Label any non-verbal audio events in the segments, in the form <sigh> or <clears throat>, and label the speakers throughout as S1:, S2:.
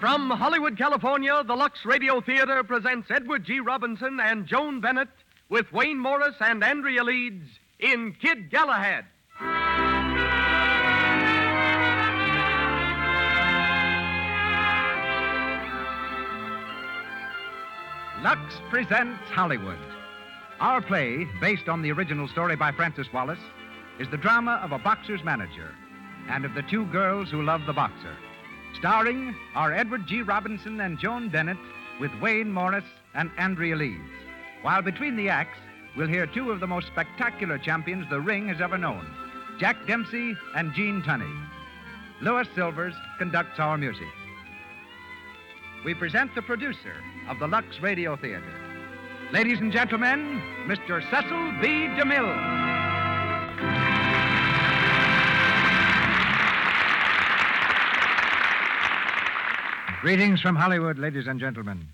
S1: From Hollywood, California, the Lux Radio Theater presents Edward G. Robinson and Joan Bennett with Wayne Morris and Andrea Leeds in Kid Galahad.
S2: Lux presents Hollywood. Our play, based on the original story by Francis Wallace, is the drama of a boxer's manager and of the two girls who love the boxer. Starring are Edward G. Robinson and Joan Bennett with Wayne Morris and Andrea Leeds. While between the acts, we'll hear two of the most spectacular champions the ring has ever known Jack Dempsey and Gene Tunney. Louis Silvers conducts our music. We present the producer of the Lux Radio Theater. Ladies and gentlemen, Mr. Cecil B. DeMille. Greetings from Hollywood, ladies and gentlemen.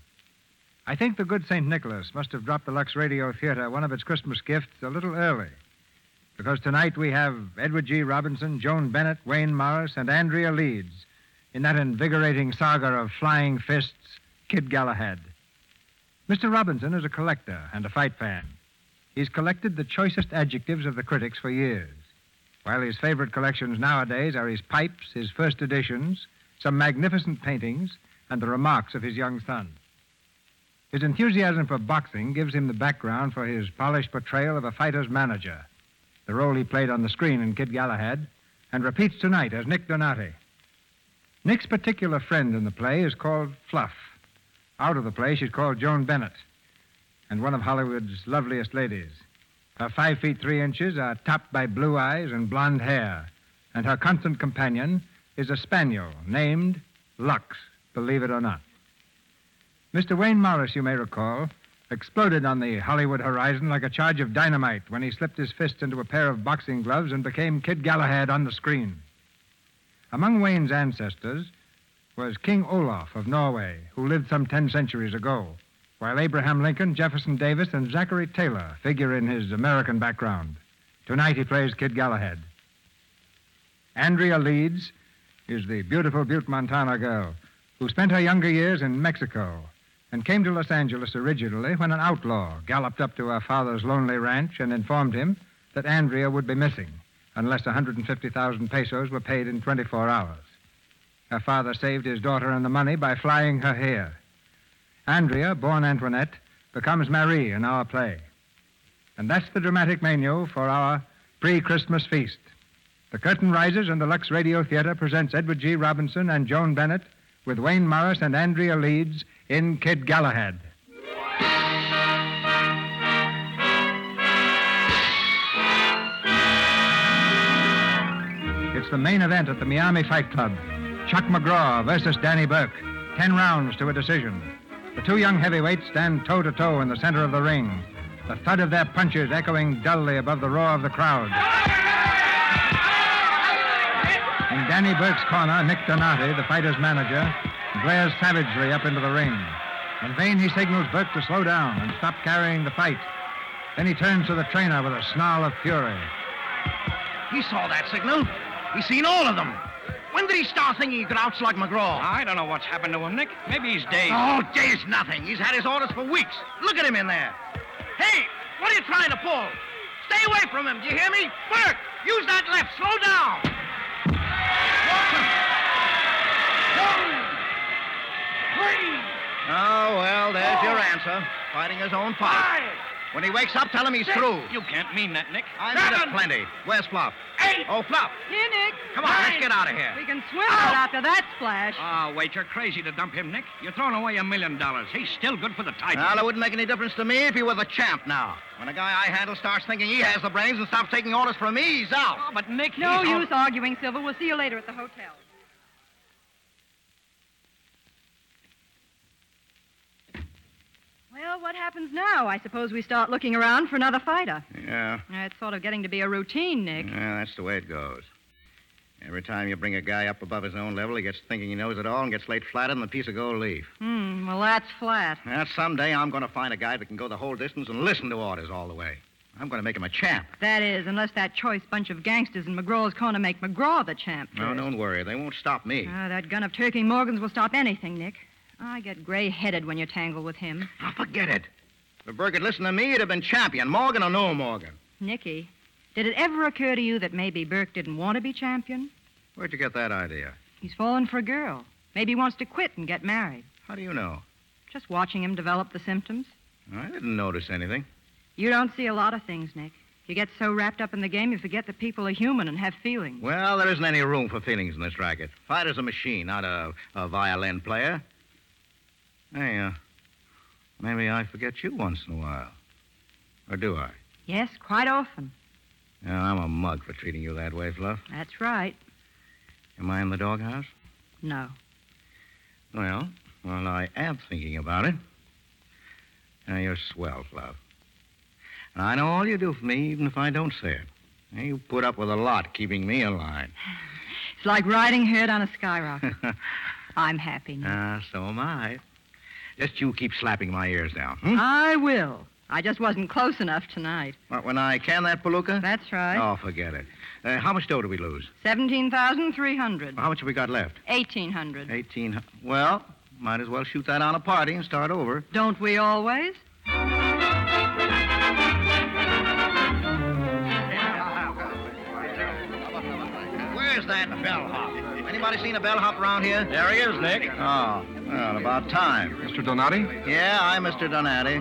S2: I think the good St. Nicholas must have dropped the Lux Radio Theater one of its Christmas gifts a little early. Because tonight we have Edward G. Robinson, Joan Bennett, Wayne Morris, and Andrea Leeds in that invigorating saga of flying fists, Kid Galahad. Mr. Robinson is a collector and a fight fan. He's collected the choicest adjectives of the critics for years. While his favorite collections nowadays are his pipes, his first editions, some magnificent paintings, and the remarks of his young son. His enthusiasm for boxing gives him the background for his polished portrayal of a fighter's manager, the role he played on the screen in Kid Galahad, and repeats tonight as Nick Donati. Nick's particular friend in the play is called Fluff. Out of the play, she's called Joan Bennett, and one of Hollywood's loveliest ladies. Her five feet three inches are topped by blue eyes and blonde hair, and her constant companion is a spaniel named Lux, believe it or not. Mr. Wayne Morris, you may recall, exploded on the Hollywood horizon like a charge of dynamite when he slipped his fist into a pair of boxing gloves and became Kid Galahad on the screen. Among Wayne's ancestors was King Olaf of Norway, who lived some ten centuries ago, while Abraham Lincoln, Jefferson Davis, and Zachary Taylor figure in his American background. Tonight he plays Kid Galahad. Andrea Leeds is the beautiful Butte, Montana girl who spent her younger years in Mexico and came to Los Angeles originally when an outlaw galloped up to her father's lonely ranch and informed him that Andrea would be missing unless 150,000 pesos were paid in 24 hours. Her father saved his daughter and the money by flying her here. Andrea, born Antoinette, becomes Marie in our play. And that's the dramatic menu for our pre Christmas feast. The curtain rises, and the Lux Radio Theater presents Edward G. Robinson and Joan Bennett with Wayne Morris and Andrea Leeds in Kid Galahad. It's the main event at the Miami Fight Club. Chuck McGraw versus Danny Burke. Ten rounds to a decision. The two young heavyweights stand toe to toe in the center of the ring, the thud of their punches echoing dully above the roar of the crowd. Danny Burke's corner, Nick Donati, the fighter's manager, glares savagely up into the ring. In vain, he signals Burke to slow down and stop carrying the fight. Then he turns to the trainer with a snarl of fury.
S3: He saw that signal. We seen all of them. When did he start thinking he could outslug McGraw?
S1: I don't know what's happened to him, Nick. Maybe he's dazed.
S3: Oh, days nothing. He's had his orders for weeks. Look at him in there. Hey, what are you trying to pull? Stay away from him. Do you hear me? Burke, use that left. Slow down. Watson. Jones. Green. Oh, well, there's your answer. Fighting his own fight. When he wakes up, tell him he's through.
S1: Ah! You can't mean that, Nick.
S3: I need it plenty. Where's Flop?
S4: Eight.
S3: Oh, Flop.
S4: Here, Nick.
S3: Come on, let's get out of here. Uh,
S4: We can swim right after that splash.
S1: Oh, wait, you're crazy to dump him, Nick. You're throwing away a million dollars. He's still good for the title.
S3: Well, it wouldn't make any difference to me if he were the champ now. When a guy I handle starts thinking he has the brains and stops taking orders from me, he's
S1: Oh,
S3: out.
S1: but Nick,
S4: no
S1: he's
S4: use arguing, Silver. We'll see you later at the hotel. Well, what happens now? I suppose we start looking around for another fighter.
S3: Yeah,
S4: Yeah, It's sort of getting to be a routine, Nick.
S3: yeah, that's the way it goes. Every time you bring a guy up above his own level, he gets thinking he knows it all and gets laid flat on the piece of gold leaf.
S4: Hmm, well, that's flat.
S3: Now, someday I'm going to find a guy that can go the whole distance and listen to orders all the way. I'm going to make him a champ.
S4: That is, unless that choice bunch of gangsters in McGraw's corner make McGraw the champ.
S3: No,
S4: first.
S3: don't worry. They won't stop me.
S4: Ah, that gun of Turkey Morgan's will stop anything, Nick. I get gray headed when you tangle with him.
S3: Oh, forget it. If Burke had listened to me, he'd have been champion, Morgan or no Morgan.
S4: Nicky, did it ever occur to you that maybe Burke didn't want to be champion?
S3: Where'd you get that idea?
S4: He's fallen for a girl. Maybe he wants to quit and get married.
S3: How do you know?
S4: Just watching him develop the symptoms.
S3: I didn't notice anything.
S4: You don't see a lot of things, Nick. You get so wrapped up in the game, you forget that people are human and have feelings.
S3: Well, there isn't any room for feelings in this racket. Fighter's a machine, not a, a violin player. Hey, uh, maybe I forget you once in a while. Or do I?
S4: Yes, quite often.
S3: Yeah, I'm a mug for treating you that way, Fluff.
S4: That's right.
S3: Am I in the doghouse?
S4: No.
S3: Well, well, I am thinking about it. Now, you're swell, Fluff. And I know all you do for me, even if I don't say it. Now, You put up with a lot keeping me in line. <laughs>
S4: It's like riding herd on a skyrocket. I'm happy, Nick.
S3: Ah, so am I. Just you keep slapping my ears down. Hmm?
S4: I will. I just wasn't close enough tonight.
S3: What, when I can that palooka?
S4: That's right.
S3: Oh, forget it. Uh, how much dough do we lose?
S4: 17,300.
S3: How much have we got left?
S4: 1,800.
S3: Eighteen. hu- Well, might as well shoot that on a party and start over.
S4: Don't we always?
S3: Where's that bellhop? Anybody seen a bellhop around here?
S1: There he is, Nick.
S3: Oh, well, about time.
S5: Mr. Donati?
S3: Yeah, I'm Mr. Donati.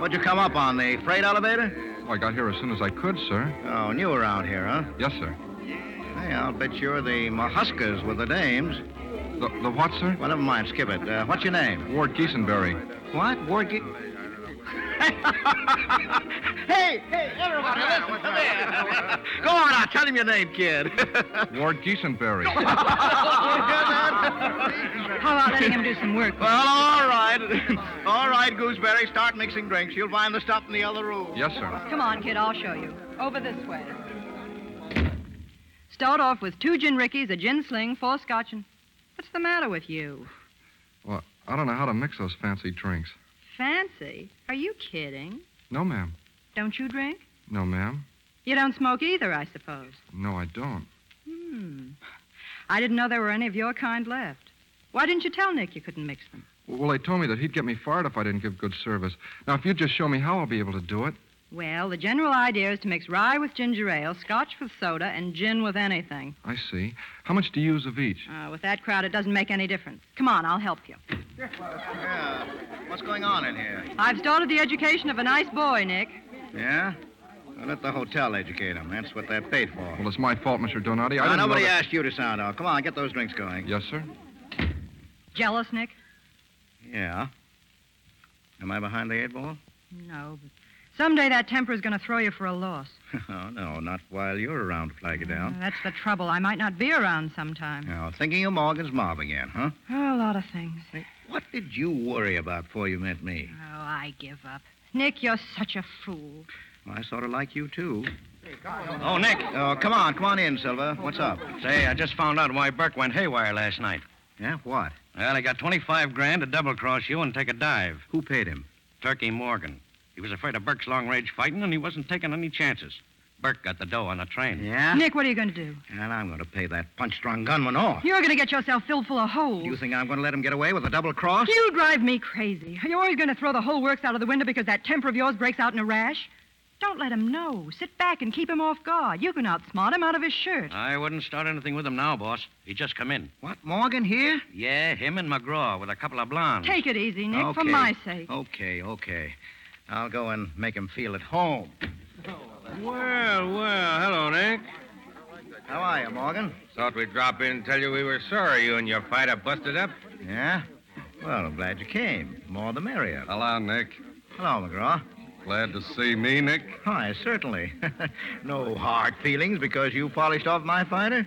S3: What'd you come up on, the freight elevator?
S5: Oh, I got here as soon as I could, sir.
S3: Oh, new around here, huh?
S5: Yes, sir.
S3: Hey, I'll bet you're the Mahuskers with the dames.
S5: The, the what, sir?
S3: Well, never mind, skip it. Uh, what's your name?
S5: Ward Giesenberry.
S3: What? Ward Ge- hey, hey, everybody, listen, come here. Go on out, tell him your name, kid. <laughs> you hear
S5: Ward Giesenberry.
S3: that?
S4: How about letting him do some work?
S3: Well, all right. <laughs> All right, Gooseberry, start mixing drinks. You'll find the stuff in the other room.
S5: yes, sir.
S4: Come on, kid, I'll show you. Over this way. Start off with two gin rickeys, a gin sling, four scotch, and. What's the matter with you?
S5: Well, I don't know how to mix those fancy drinks.
S4: Fancy? Are you kidding?
S5: No, ma'am.
S4: Don't you drink?
S5: No, ma'am.
S4: You don't smoke either, I suppose.
S5: No, I don't.
S4: Hmm. I didn't know there were any of your kind left. Why didn't you tell Nick you couldn't mix them?
S5: Well, they told me that he'd get me fired if I didn't give good service. Now, if you'd just show me how I'll be able to do it.
S4: Well, the general idea is to mix rye with ginger ale, scotch with soda, and gin with anything.
S5: I see. How much do you use of each?
S4: Uh, with that crowd, it doesn't make any difference. Come on, I'll help you.
S3: Yeah. What's going on in here?
S4: I've started the education of a nice boy, Nick.
S3: Yeah? Well, let the hotel educate them. That's what they're paid for.
S5: Well, it's my fault, Mr. Donati. I
S3: Now,
S5: didn't know
S3: nobody
S5: that-
S3: asked you to sound off. Come on, get those drinks going.
S5: Yes, sir.
S4: Jealous, Nick?
S3: Yeah. Am I behind the eight ball? <laughs>
S4: No, but someday that temper is going to throw you for a loss.
S3: Oh, no, not while you're around, Flaggy down.
S4: Uh, that's the trouble. I might not be around sometime.
S3: Now, thinking of Morgan's mob again, huh?
S4: Oh, a lot of things.
S3: What did you worry about before you met me?
S4: Oh, I give up. Nick, you're such a fool.
S3: I sort of like you, too. Oh, Nick. Oh, come on. Come on in, Silver. What's up?
S6: Say, I just found out why Burke went haywire last night.
S3: Yeah, what?
S6: Well, he got 25 grand to double cross you and take a dive.
S3: Who paid him?
S6: Turkey Morgan. He was afraid of Burke's long range fighting, and he wasn't taking any chances. Burke got the dough on the train.
S3: Yeah?
S4: Nick, what are you going to do?
S3: And I'm going to pay that punch drunk gunman off.
S4: You're going to get yourself filled full of holes.
S3: You think I'm going to let him get away with a double cross?
S4: You drive me crazy. You're always going to throw the whole works out of the window because that temper of yours breaks out in a rash. Don't let him know. Sit back and keep him off guard. You can outsmart him out of his shirt.
S6: I wouldn't start anything with him now, boss. He just come in.
S3: What, Morgan here?
S6: Yeah, him and McGraw with a couple of blondes.
S4: Take it easy, Nick, for
S3: Okay.
S4: my sake.
S3: Okay, okay. I'll go and make him feel at home.
S7: Well, well, hello, Nick.
S3: How are you, Morgan?
S7: Thought we'd drop in and tell you we were sorry you and your fighter busted up.
S3: Yeah? Well, I'm glad you came. More the merrier.
S5: Hello, Nick.
S3: Hello, McGraw.
S5: Glad to see me, Nick.
S3: Hi, certainly. <laughs> no hard feelings because you polished off my fighter.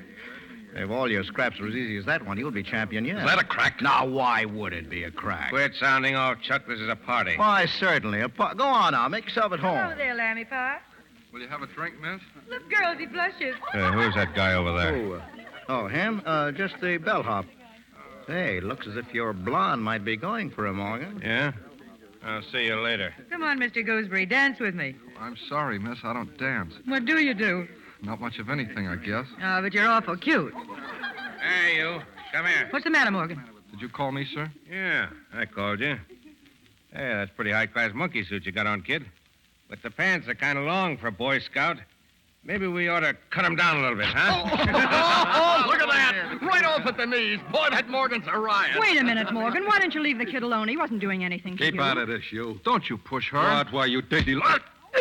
S3: If all your scraps were as easy as that one, you'll be champion yet.
S7: Is that a crack?
S3: Now, why would it be a crack?
S7: Quit sounding off, Chuck. This is a party.
S3: Why, certainly. A po- Go on now. Make yourself at home.
S8: there, Lammy Pie.
S5: Will you have a drink, miss?
S8: Look, girls, he blushes.
S7: Uh, who's that guy over there?
S3: Oh, uh, oh, him? Uh, just the bellhop. Hey, looks as if your blonde might be going for a Morgan.
S7: Yeah? I'll see you later.
S8: Come on, Mr. Gooseberry, dance with me.
S5: I'm sorry, miss. I don't dance.
S8: What do you do?
S5: Not much of anything, I guess.
S4: Ah,
S8: Oh, but you're awful cute.
S7: Hey, you. Come here.
S8: What's the matter, Morgan?
S5: Did you call me, sir?
S7: Yeah, I called you. Hey, that's pretty high class monkey suit you got on, kid. But the pants are kind of long for a Boy Scout. Maybe we ought to cut 'em down a little bit,
S5: <laughs>
S7: huh?
S1: <laughs> Oh, look at that. Right off at the knees. Boy, that Morgan's a riot.
S4: Wait a minute, Morgan. Why don't you leave the kid alone? He wasn't doing anything to you.
S5: of this, you. Don't you push her. Not why you diddy.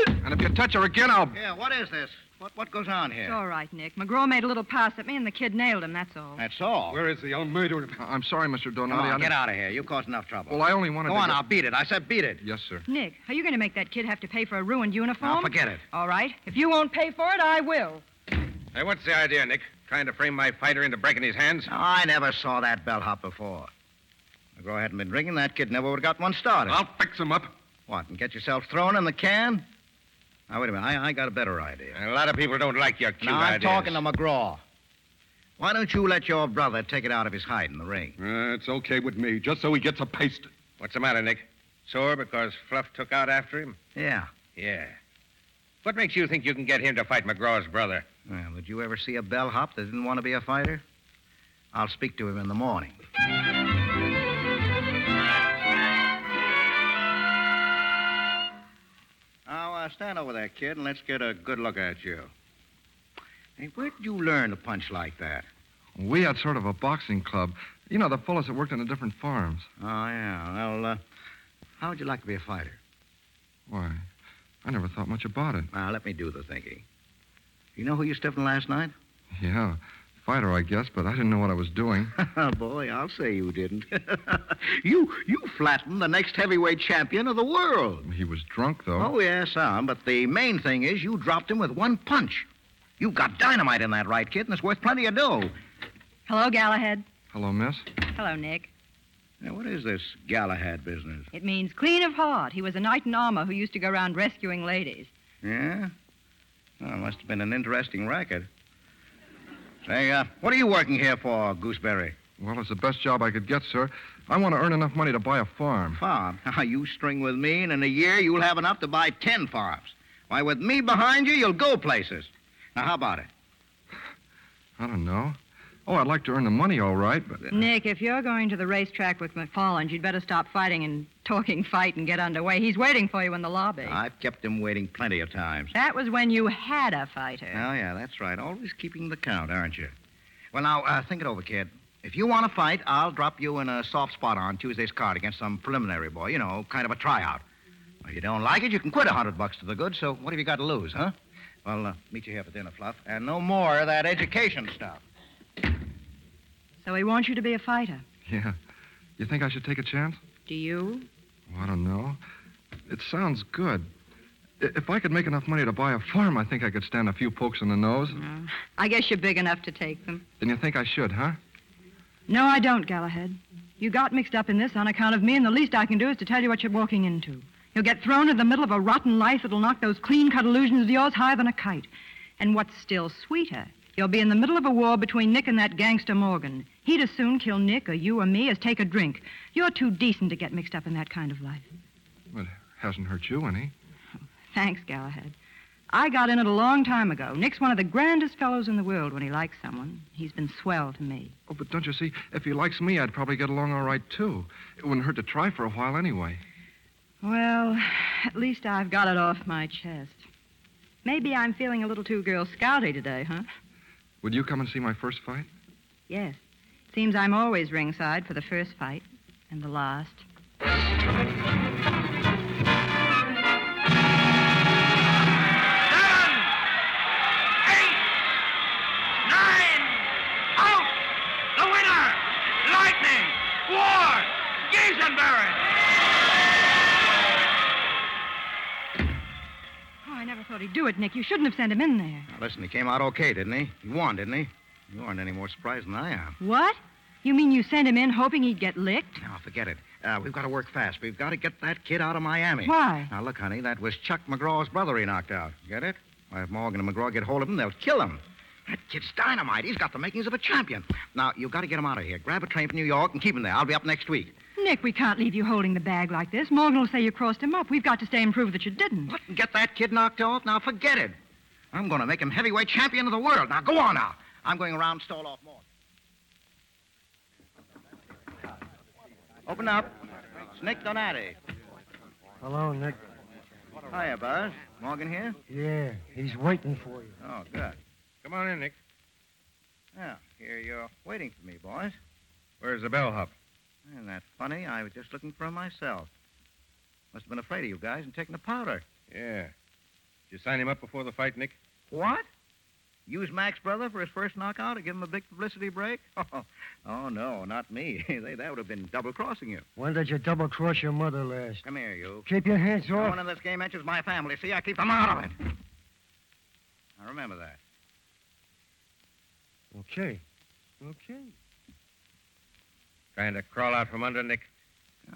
S5: And if you touch her again, I'll.
S3: Yeah, what is this? What, what goes on
S4: It's
S3: here?
S4: all right, Nick. McGraw made a little pass at me, and the kid nailed him, that's all.
S3: That's all.
S5: Where is he? I'll murder him. I'm sorry, Mr. Donati.
S3: Come
S5: I
S3: on,
S5: didn't-
S3: get out of here. You caused enough trouble.
S5: Well, I only wanted
S3: Go
S5: to.
S3: on,
S5: get-
S3: now. Beat it. I said beat it.
S5: Yes, sir.
S4: Nick, are you going to make that kid have to pay for a ruined uniform?
S3: Now, forget it.
S4: All right. If you won't pay for it, I will.
S7: hey, what's the idea, Nick? Trying to frame my fighter into breaking his hands?
S3: Now, I never saw that bellhop before. If I hadn't been drinking, that kid never would have got one started.
S5: I'll fix him up.
S3: What, and get yourself thrown in the can? Now, wait a minute. I, I got a better idea.
S7: A lot of people don't like your cute
S3: now, I'm
S7: ideas.
S3: talking to McGraw. Why don't you let your brother take it out of his hide in the ring?
S5: Uh, it's okay with me, just so he gets a paste.
S7: What's the matter, Nick? Sore because Fluff took out after him?
S3: Yeah.
S7: Yeah. What makes you think you can get him to fight McGraw's brother?
S3: Well, did you ever see a bellhop that didn't want to be a fighter? I'll speak to him in the morning. Now, uh, stand over there, kid, and let's get a good look at you. Hey, where'd you learn to punch like that?
S5: We had sort of a boxing club. You know, the fellas that worked in the different farms.
S3: Oh, yeah. Well, uh, how would you like to be a fighter?
S5: Why, I never thought much about it.
S3: Now, let me do the thinking. You know who you stiffened last night?
S5: Yeah, fighter, I guess, but I didn't know what I was doing.
S3: <laughs> Boy, I'll say you didn't. <laughs> you you flattened the next heavyweight champion of the world.
S5: He was drunk, though.
S3: Oh, yes, some. But the main thing is you dropped him with one punch. You've got dynamite in that right, kid, and it's worth plenty of dough.
S4: Hello, Galahad.
S5: Hello, miss.
S4: Hello, Nick.
S3: Now, what is this Galahad business?
S4: It means clean of heart. He was a knight in armor who used to go around rescuing ladies.
S3: Yeah? Well, it must have been an interesting racket. Say, uh, what are you working here for, Gooseberry?
S5: Well, it's the best job I could get, sir. I want to earn enough money to buy a farm.
S3: Farm. <laughs> Now, you string with me, and in a year you'll have enough to buy ten farms. Why, with me behind you, you'll go places. Now, how about it?
S5: I don't know. Oh, I'd like to earn the money, all right, but.
S4: Nick, if you're going to the racetrack with McFarland, you'd better stop fighting and talking fight and get underway. He's waiting for you in the lobby.
S3: I've kept him waiting plenty of times.
S4: That was when you had a fighter.
S3: Oh, yeah, that's right. Always keeping the count, aren't you? Well, now, uh, think it over, kid. If you want to fight, I'll drop you in a soft spot on Tuesday's card against some preliminary boy, you know, kind of a tryout. If you don't like it, you can quit a hundred bucks to the good, so what have you got to lose, huh? Well, uh, meet you here for dinner, Fluff. And no more of that education stuff.
S4: So he wants you to be a fighter.
S5: Yeah. You think I should take a chance?
S4: Do you?
S5: Well, I don't know. It sounds good. I- If I could make enough money to buy a farm, I think I could stand a few pokes in the nose.
S3: Mm.
S4: I guess you're big enough to take them.
S5: Then you think I should, huh?
S4: No, I don't, Galahad. You got mixed up in this on account of me, and the least I can do is to tell you what you're walking into. You'll get thrown in the middle of a rotten life that'll knock those clean cut illusions of yours higher than a kite. And what's still sweeter, you'll be in the middle of a war between Nick and that gangster Morgan. He'd as soon kill Nick or you or me as take a drink. You're too decent to get mixed up in that kind of life.
S5: It hasn't hurt you any.
S4: Thanks, Galahad. I got in it a long time ago. Nick's one of the grandest fellows in the world when he likes someone. He's been swell to me.
S5: Oh, but don't you see? If he likes me, I'd probably get along all right, too. It wouldn't hurt to try for a while anyway.
S4: Well, at least I've got it off my chest. Maybe I'm feeling a little too girl scouty today, huh?
S5: Would you come and see my first fight?
S4: Yes. Seems I'm always ringside for the first fight and the last.
S9: Nine! Out! The winner! Lightning! War! Geisenberg!
S4: Oh, I never thought he'd do it, Nick. You shouldn't have sent him in there.
S3: Now, listen, he came out okay, didn't he? He won, didn't he? You aren't any more surprised than I am.
S4: What? You mean you sent him in hoping he'd get licked?
S3: Now, forget it. Uh, we've got to work fast. We've got to get that kid out of Miami.
S4: Why?
S3: Now, look, honey, that was Chuck McGraw's brother he knocked out. Get it? Why, if Morgan and McGraw get hold of him, they'll kill him. That kid's dynamite. He's got the makings of a champion. Now, you've got to get him out of here. Grab a train for New York and keep him there. I'll be up next week.
S4: Nick, we can't leave you holding the bag like this. Morgan will say you crossed him up. We've got to stay and prove that you didn't.
S3: What? Get that kid knocked off? Now, forget it. I'm going to make him heavyweight champion of the world. Now, go on now. I'm going around stall off Morgan. Open up. It's Nick Donati.
S10: Hello, Nick.
S3: Hiya, Buzz. Morgan here?
S10: Yeah, he's waiting for you.
S3: Oh, good.
S7: Come on in, Nick.
S3: Yeah, here you're waiting for me, boys.
S7: Where's the bellhop?
S3: Isn't that funny? I was just looking for him myself. Must have been afraid of you guys and taken the powder.
S7: Yeah. Did you sign him up before the fight, Nick?
S3: What? Use Mac's brother for his first knockout and give him a big publicity break? <laughs> oh, no, not me. <laughs> they, that would have been double crossing you.
S10: When did you double cross your mother last?
S3: Come here, you.
S10: Keep your hands
S3: No
S10: off.
S3: one in this game enters my family. See, I keep them out of it. Now, remember that.
S10: Okay. Okay.
S7: Trying to crawl out from under Nick?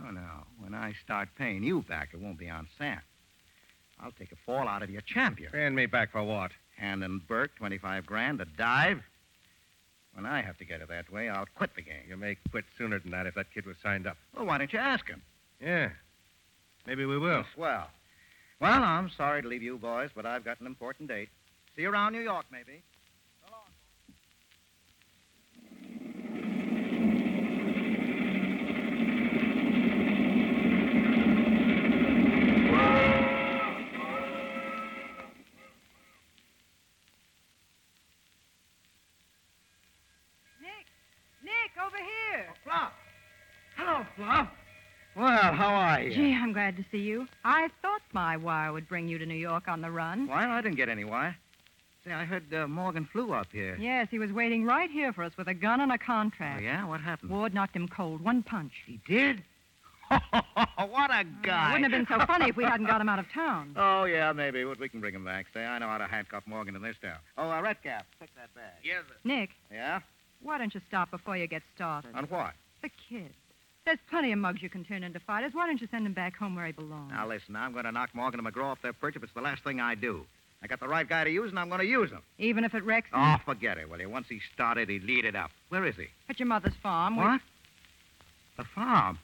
S3: Oh, no. When I start paying you back, it won't be on Sam. I'll take a fall out of your champion.
S7: Hand me back for what?
S3: Hand and Burke, 25 grand, a dive. When I have to get it that way, I'll quit the game.
S7: You may quit sooner than that if that kid was signed up.
S3: Well, why don't you ask him?
S7: Yeah. Maybe we will.
S3: Swell. Well, I'm sorry to leave you boys, but I've got an important date. See you around New York, maybe.
S4: Nick! Nick, over here!
S9: Fluff! Hello, Fluff. Well, how are you?
S4: Gee, I'm glad to see you. I thought my wire would bring you to New York on the run.
S3: Why? I didn't get any wire. Say, I heard uh, Morgan flew up here.
S4: Yes, he was waiting right here for us with a gun and a
S3: Oh,
S4: contract.
S3: yeah? What happened?
S4: Ward knocked him cold, one punch.
S3: He did? Oh, what a guy.
S4: It wouldn't have been so funny if we hadn't got him out of town.
S3: <laughs> Oh, yeah, maybe. But we can bring him back. Say, I know how to handcuff Morgan to this town. Oh, uh, Redcap, pick that bag.
S9: Yes, sir.
S4: Nick,
S3: Yeah?
S4: why don't you stop before you get started?
S3: On what?
S4: The kid. There's plenty of mugs you can turn into fighters. Why don't you send him back home where he belongs?
S3: Now, listen, I'm going to knock Morgan and McGraw off their perch if it's the last thing I do. I got the right guy to use, and I'm going to use him.
S4: Even if it wrecks him
S3: Oh, forget it, will you? Once he started, he lead it up. Where is he?
S4: at your mother's farm. we-
S3: What? The farm?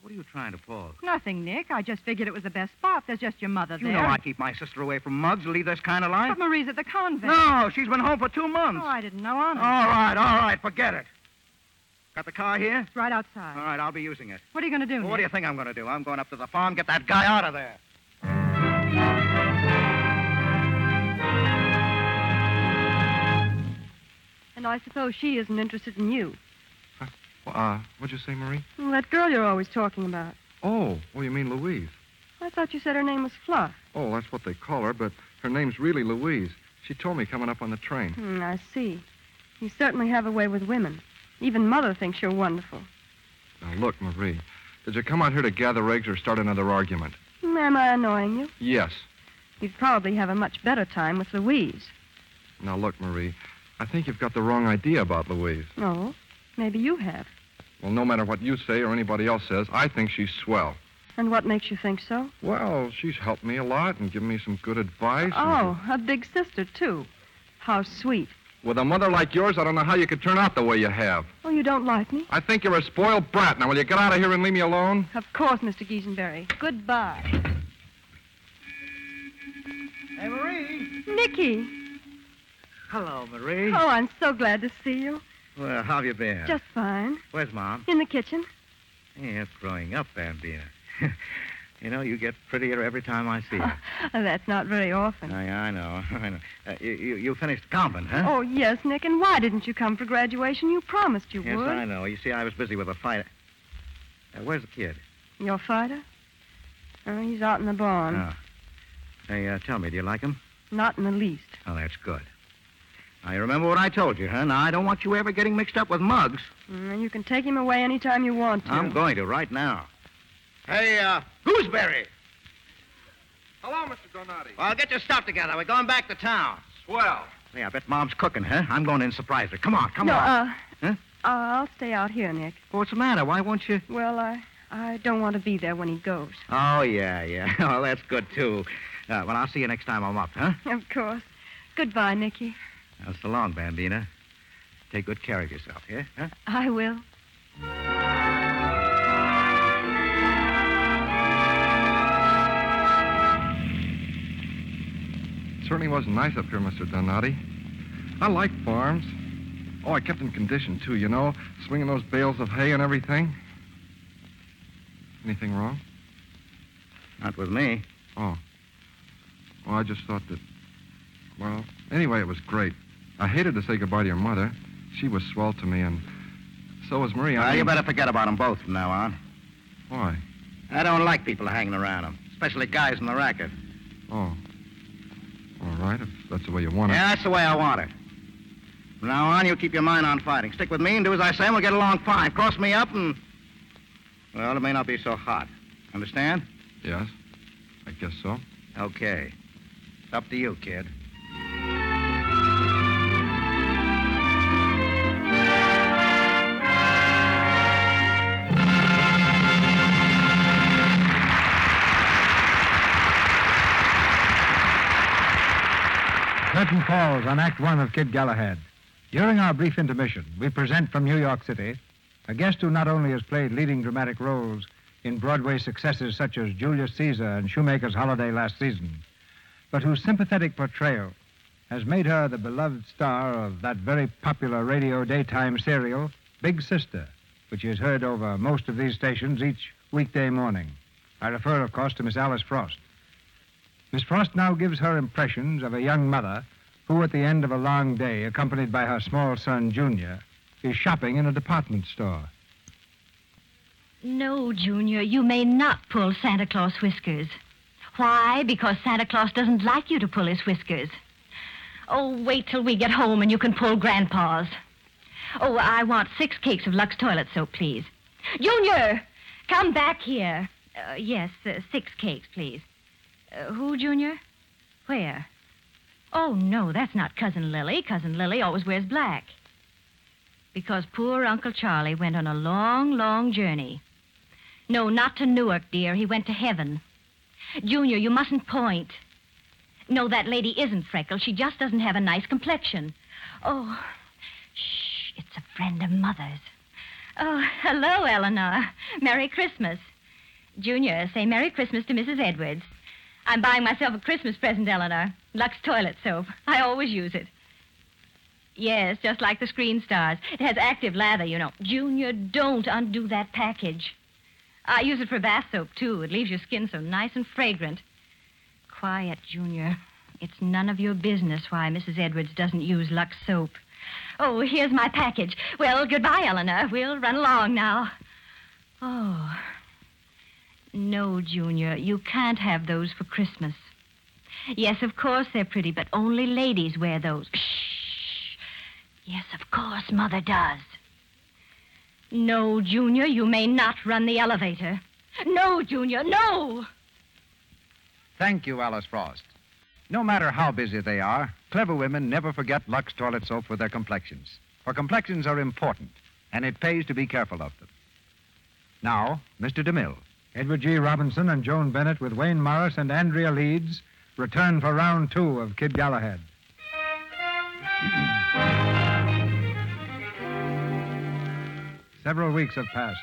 S3: What are you trying to pull?
S4: Nothing, Nick. I just figured it was the best spot. There's just your mother
S3: You
S4: there.
S3: know I keep my sister away from mugs to lead this kind of life.
S4: But Marie's at the convent.
S3: No, she's been home for two months.
S4: Oh, I didn't know, honest.
S3: All right, all right, forget it. Got the car here?
S4: It's right outside.
S3: All right, I'll be using it.
S4: What are you going to do,
S3: What do you
S4: Nick?
S3: think I'm going to do? I'm going up to the farm, get that guy out of there.
S11: And I suppose she isn't interested in you.
S5: Well, uh, what'd you say, Marie?
S11: Well, that girl you're always talking about.
S5: Oh, oh, you mean Louise.
S11: I thought you said her name was Fluff.
S5: Oh, that's what they call her, but her name's really Louise. She told me coming up on the train.
S11: Hmm, I see. You certainly have a way with women. Even Mother thinks you're wonderful.
S5: Now, look, Marie, did you come out here to gather eggs or start another argument?
S11: Hmm, Am I annoying you?
S5: Yes.
S11: You'd probably have a much better time with Louise.
S5: Now, look, Marie, I think you've got the wrong idea about Louise.
S11: No, maybe you have.
S5: Well, no matter what you say or anybody else says, I think she's swell.
S11: And what makes you think so?
S5: Well, she's helped me a lot and given me some good advice. and-
S11: Oh, a big sister, too. How sweet.
S5: With a mother like yours, I don't know how you could turn out the way you have.
S11: Oh, you don't like me?
S5: I think you're a spoiled brat. Now, will you get out of here and leave me alone?
S11: Of course, Mr. Giesenberry. Goodbye.
S12: Hey, Marie.
S11: Nicky.
S3: Hello, Marie.
S11: Oh, I'm so glad to see you.
S3: Well, how have you been?
S11: Just fine.
S3: Where's Mom?
S11: In the kitchen.
S3: Yeah, it's growing up, Bambina. <laughs> you know, you get prettier every time I see you.
S11: Oh, <laughs> that's not very often.
S3: I, I know, <laughs> I know. Uh, you, you, you finished Compton, huh?
S11: Oh, yes, Nick. And why didn't you come for graduation? You promised you
S3: Yes,
S11: would.
S3: I know. You see, I was busy with a fight. Uh, where's the kid?
S11: Your fighter? Oh, he's out in the barn.
S3: Oh. Hey, uh, tell me, do you like him?
S11: Not in the least.
S3: Oh, that's good. Now, you remember what I told you, huh? Now, I don't want you ever getting mixed up with mugs.
S11: Mm, you can take him away any time you want to.
S3: I'm going to right now. Hey, uh, Gooseberry.
S5: Hello, Mr. Donati.
S3: Well, get your stuff together. We're going back to town.
S5: Swell.
S3: Hey, I bet Mom's cooking, huh? I'm going in and surprise her. Come on, come
S11: no,
S3: on.
S11: uh,
S3: Huh?
S11: I'll stay out here, Nick.
S3: What's the matter? Why won't you?
S11: Well, I, I don't want to be there when he goes. <laughs>
S3: Oh, yeah, yeah. <laughs> Oh, that's good, too. Uh, well, I'll see you next time I'm up, huh?
S11: Of course. Goodbye, Nicky.
S3: Now, so long, Bambina. Take good care of yourself, yeah? Huh?
S11: I will.
S5: Certainly wasn't nice up here, Mr. Donati. I like farms. Oh, I kept in condition, too, you know, swinging those bales of hay and everything. Anything wrong?
S3: Not with me.
S5: Oh. Well, I just thought that. Well, anyway, it was great. I hated to say goodbye to your mother. She was swell to me, and so was Marie. I
S3: Well, you
S5: mean-
S3: better forget about them both from now on.
S5: Why?
S3: I don't like people hanging around them, especially guys in the racket.
S5: Oh. All right, if that's the way you want it.
S3: Yeah, that's the way I want it. From now on, you keep your mind on fighting. Stick with me and do as I say, and we'll get along fine. Cross me up, and. Well, it may not be so hot. Understand?
S5: Yes. I guess so.
S3: Okay. It's up to you, kid.
S2: Curtain falls on Act One of Kid Galahad. During our brief intermission, we present from New York City a guest who not only has played leading dramatic roles in Broadway successes such as Julius Caesar and Shoemaker's Holiday last season, but whose sympathetic portrayal has made her the beloved star of that very popular radio daytime serial, Big Sister, which is heard over most of these stations each weekday morning. I refer, of course, to Miss Alice Frost. Miss Frost now gives her impressions of a young mother who, at the end of a long day, accompanied by her small son, Junior, is shopping in a department store.
S13: No, Junior, you may not pull Santa Claus whiskers. Why? Because Santa Claus doesn't like you to pull his whiskers. Oh, wait till we get home and you can pull Grandpa's. Oh, I want six cakes of Lux toilet soap, please. Junior, come back here. Uh, yes, uh, six cakes, please. Uh, who, Junior? Where? Oh, no, that's not Cousin Lily. Cousin Lily always wears black. Because poor Uncle Charlie went on a long, long journey. No, not to Newark, dear. He went to heaven. Junior, you mustn't point. No, that lady isn't freckled. She just doesn't have a nice complexion. Oh, shh, it's a friend of Mother's. Oh, hello, Eleanor. Merry Christmas. Junior, say Merry Christmas to Mrs. Edwards. I'm buying myself a Christmas present, Eleanor. Lux toilet soap. I always use it. Yes, just like the Screen Stars. It has active lather, you know. Junior, don't undo that package. I use it for bath soap, too. It leaves your skin so nice and fragrant. Quiet, Junior. It's none of your business why Mrs. Edwards doesn't use Lux soap. Oh, here's my package. Well, goodbye, Eleanor. We'll run along now. Oh. No, Junior, you can't have those for Christmas. Yes, of course they're pretty, but only ladies wear those. Yes, of course, Mother does. No, Junior, you may not run the elevator. No, Junior, no!
S14: Thank you, Alice Frost. No matter how busy they are, clever women never forget Lux toilet soap for their complexions. For complexions are important, and it pays to be careful of them. Now, Mr. DeMille.
S2: Edward G. Robinson and Joan Bennett with Wayne Morris and Andrea Leeds return for round two of Kid Galahad. Several weeks have passed.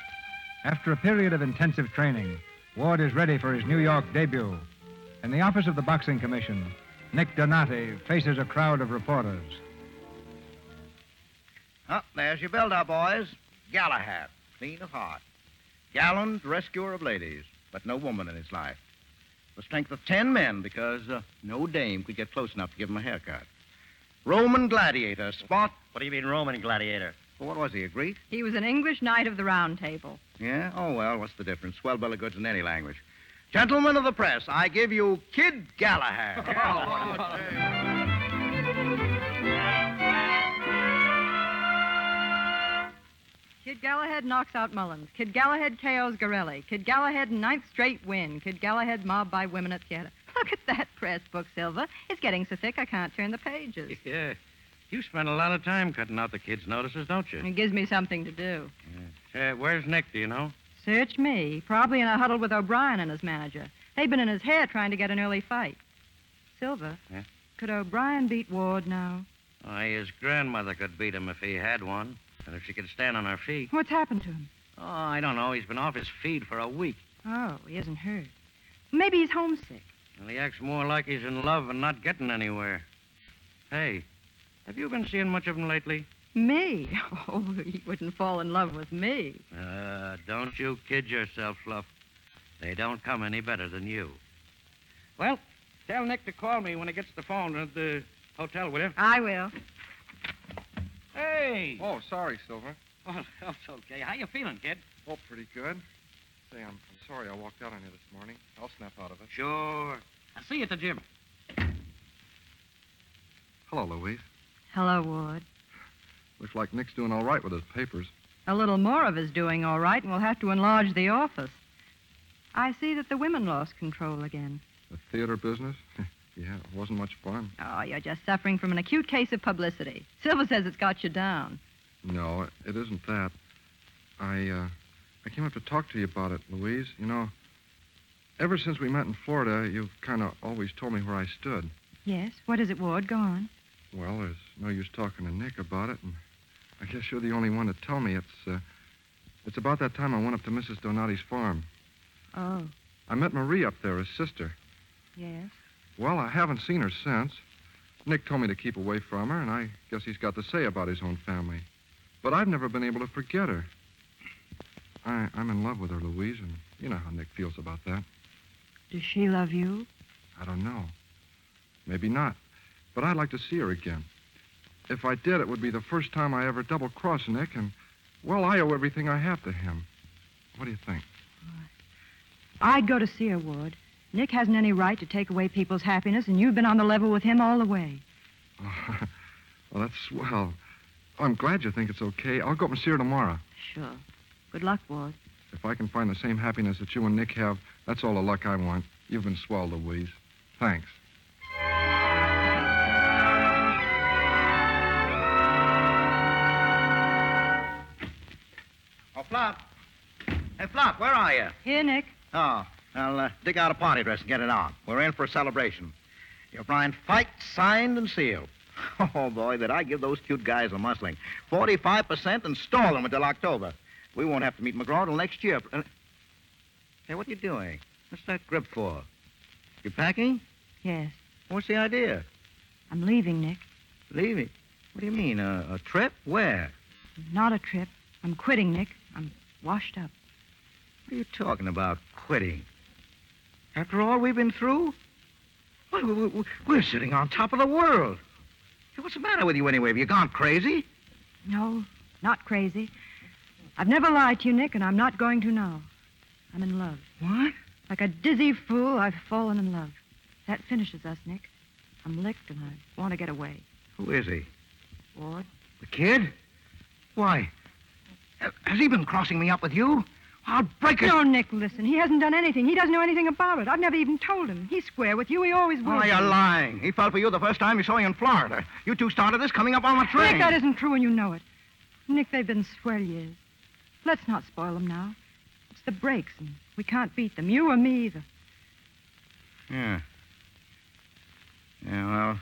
S2: After a period of intensive training, Ward is ready for his New York debut. In the office of the Boxing Commission, Nick Donati faces a crowd of reporters.
S3: Oh, there's your build-up, boys. Galahad, clean of heart. Gallant rescuer of ladies, but no woman in his life. The strength of ten men, because uh, no dame could get close enough to give him a haircut. Roman gladiator, spot.
S6: What do you mean, Roman gladiator?
S3: Well, what was he, a Greek?
S4: He was an English knight of the Round Table.
S3: Yeah? Oh, well, what's the difference? Well, bill of goods in any language. Gentlemen of the press, I give you Kid
S6: <laughs>
S3: Galahad.
S6: Oh,
S4: Kid Galahad knocks out Mullins. Kid Galahad KOs Gorelli. Kid Galahad ninth straight win. Kid Galahad mobbed by women at theater. <laughs> Look at that press book, Silver. It's getting so thick I can't turn the pages.
S6: Yeah. You spend a lot of time cutting out the kids' notices, don't you?
S4: It gives me something to do.
S6: Uh, where's Nick, do you know?
S4: Search me. Probably in a huddle with O'Brien and his manager. They've been in his hair trying to get an early fight. Silver,
S6: Yeah.
S4: could O'Brien beat Ward now?
S6: Why, his grandmother could beat him if he had one, and if she could stand on her feet.
S4: What's happened to him?
S6: Oh, I don't know. He's been off his feed for a week,
S4: Oh, he isn't hurt. Maybe he's homesick.
S6: and he acts more like he's in love and not getting anywhere. Hey, have you been seeing much of him lately?
S4: Me? <laughs> Oh, he wouldn't fall in love with me.
S6: Uh, don't you kid yourself, Fluff. They don't come any better than you. Well, tell Nick to call me when he gets the phone at the hotel, will you?
S4: I will.
S6: Hey!
S5: Oh, sorry, Silver.
S6: <laughs> Well, that's okay. How you feeling, kid?
S5: Oh, pretty good. Say, I'm, I'm sorry I walked out on you this morning. I'll snap out of it.
S6: Sure. I'll see you at the gym.
S5: Hello, Louise.
S4: Hello, Ward.
S5: Looks like Nick's doing all right with his papers.
S4: A little more of is doing all right, and we'll have to enlarge the office. I see that the women lost control again.
S5: The theater business? <laughs> yeah, it wasn't much fun.
S4: Oh, you're just suffering from an acute case of publicity. Silver says it's got you down.
S5: No, it, it isn't that. I, uh, I came up to talk to you about it, Louise. You know, ever since we met in Florida, you've kind of always told me where I stood.
S4: Yes? What is it, Ward? Go on.
S5: Well, there's no use talking to Nick about it, and I guess you're the only one to tell me. It's, uh, it's about that time I went up to Mrs. Donati's farm.
S4: Oh,
S5: I met Marie up there, his sister.
S4: yes.
S5: Well, I haven't seen her since. Nick told me to keep away from her, and I guess he's got to say about his own family. But I've never been able to forget her. I, I'm in love with her, Louise, and you know how Nick feels about that.
S4: Does she love you?
S5: I don't know. Maybe not. But I'd like to see her again. If I did, it would be the first time I ever double crossed Nick, and, well, I owe everything I have to him. What do you think?
S4: I'd go to see her, Ward. Nick hasn't any right to take away people's happiness, and you've been on the level with him all the way.
S5: Oh, well, that's swell. I'm glad you think it's okay. I'll go up and see her tomorrow.
S4: Sure. Good luck, Ward.
S5: If I can find the same happiness that you and Nick have, that's all the luck I want. You've been swell, Louise. Thanks.
S3: Oh, Flop. Hey, Flop, where are you?
S4: Here, Nick.
S3: Oh, I'll uh, dig out a party dress and get it on. We're in for a celebration. Your Brian fight signed and sealed. <laughs> Oh, boy, did I give those cute guys a muscling. 45% and stall them until October. We won't have to meet McGraw till next year. Uh, Hey, what are you doing? What's that grip for? You packing?
S4: Yes.
S3: What's the idea?
S4: I'm leaving, Nick.
S3: Leaving? What do you mean, a, a trip? Where?
S4: Not a trip. I'm quitting, Nick. I'm washed up.
S3: What are you talking about quitting? After all we've been through? Why, we- we- we- We're sitting on top of the world. Hey, What's the matter with you anyway? Have you gone crazy?
S4: No, not crazy. I've never lied to you, Nick, and I'm not going to now. I'm in love.
S3: What?
S4: Like a dizzy fool, I've fallen in love. That finishes us, Nick. I'm licked and I want to get away.
S3: Who is he?
S4: Ward?
S3: The kid? Why? Ha- Has he been crossing me up with you? I'll break it.
S4: No, Nick, listen. He hasn't done anything. He doesn't know anything about it. I've never even told him. He's square with you. He always will.
S3: Oh,
S4: be.
S3: you're lying. He fell for you the first time he saw you in Florida. You two started this coming up on the train.
S4: Nick, that isn't true, and you know it. Nick, they've been square years. Let's not spoil them now. It's The brakes, and we can't beat them. You or me either.
S3: Yeah. Yeah, well,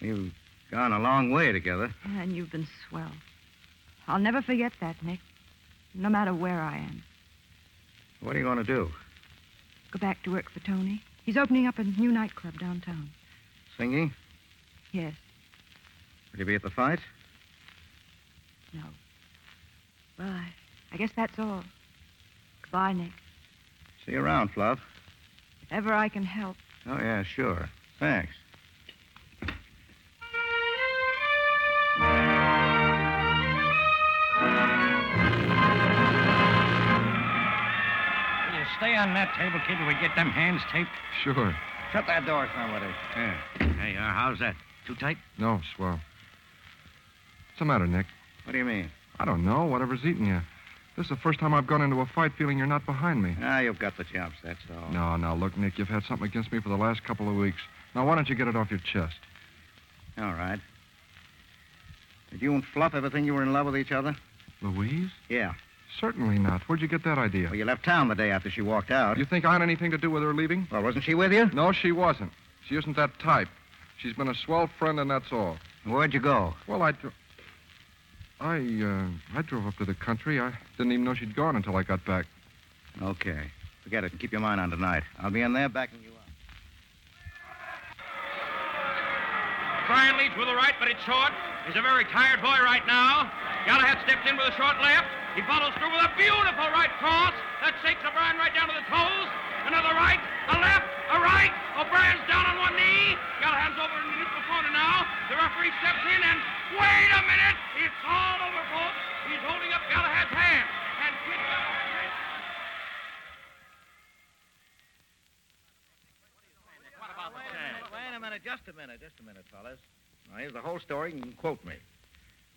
S3: we've gone a long way together.
S4: And you've been swell. I'll never forget that, Nick. No matter where I am.
S3: What are you going to do?
S4: Go back to work for Tony. He's opening up a new nightclub downtown.
S3: Singing?
S4: Yes.
S3: Will you be at the fight?
S4: No. Well, I, I guess that's all. Goodbye, Nick.
S3: See you around, Fluff.
S4: If ever I can help.
S3: Oh, yeah, sure. Thanks.
S6: Will you stay on that table, kid, till we get them hands taped?
S5: Sure.
S6: Shut that door, somebody. Yeah. Hey, uh, how's that? Too tight?
S5: No, swell. What's the matter, Nick?
S3: What do you mean?
S5: I don't know. Whatever's eating you. This is the first time I've gone into a fight feeling you're not behind me.
S3: Ah, you've got the jumps, that's all.
S5: No, no, look, Nick, you've had something against me for the last couple of weeks. Now, why don't you get it off your chest?
S3: All right. Did you and Fluff ever think you were in love with each other?
S5: Louise?
S3: Yeah.
S5: Certainly not. Where'd you get that idea?
S3: Well, you left town the day after she walked out.
S5: You think I had anything to do with her leaving?
S3: Well, wasn't she with you?
S5: No, she wasn't. She isn't that type. She's been a swell friend, and that's all.
S3: Where'd you go?
S5: Well, I. Dro- I, uh, I drove up to the country. I didn't even know she'd gone until I got back.
S3: Okay. Forget it. and Keep your mind on tonight. I'll be in there backing you up.
S9: Brian leads with a right, but it's short. He's a very tired boy right now. Galahad steps in with a short left. He follows through with a beautiful right cross. That shakes O'Brien right down to the toes. Another right, a left, a right. O'Brien's down on one knee. Galahad's over in the neutral corner now. The referee steps in and wait a minute. It's all over, folks. He's holding up Galahad's hand. And Kid Galahad.
S3: Wait a minute, just a minute, just a minute, fellas. Now, here's the whole story. You can quote me.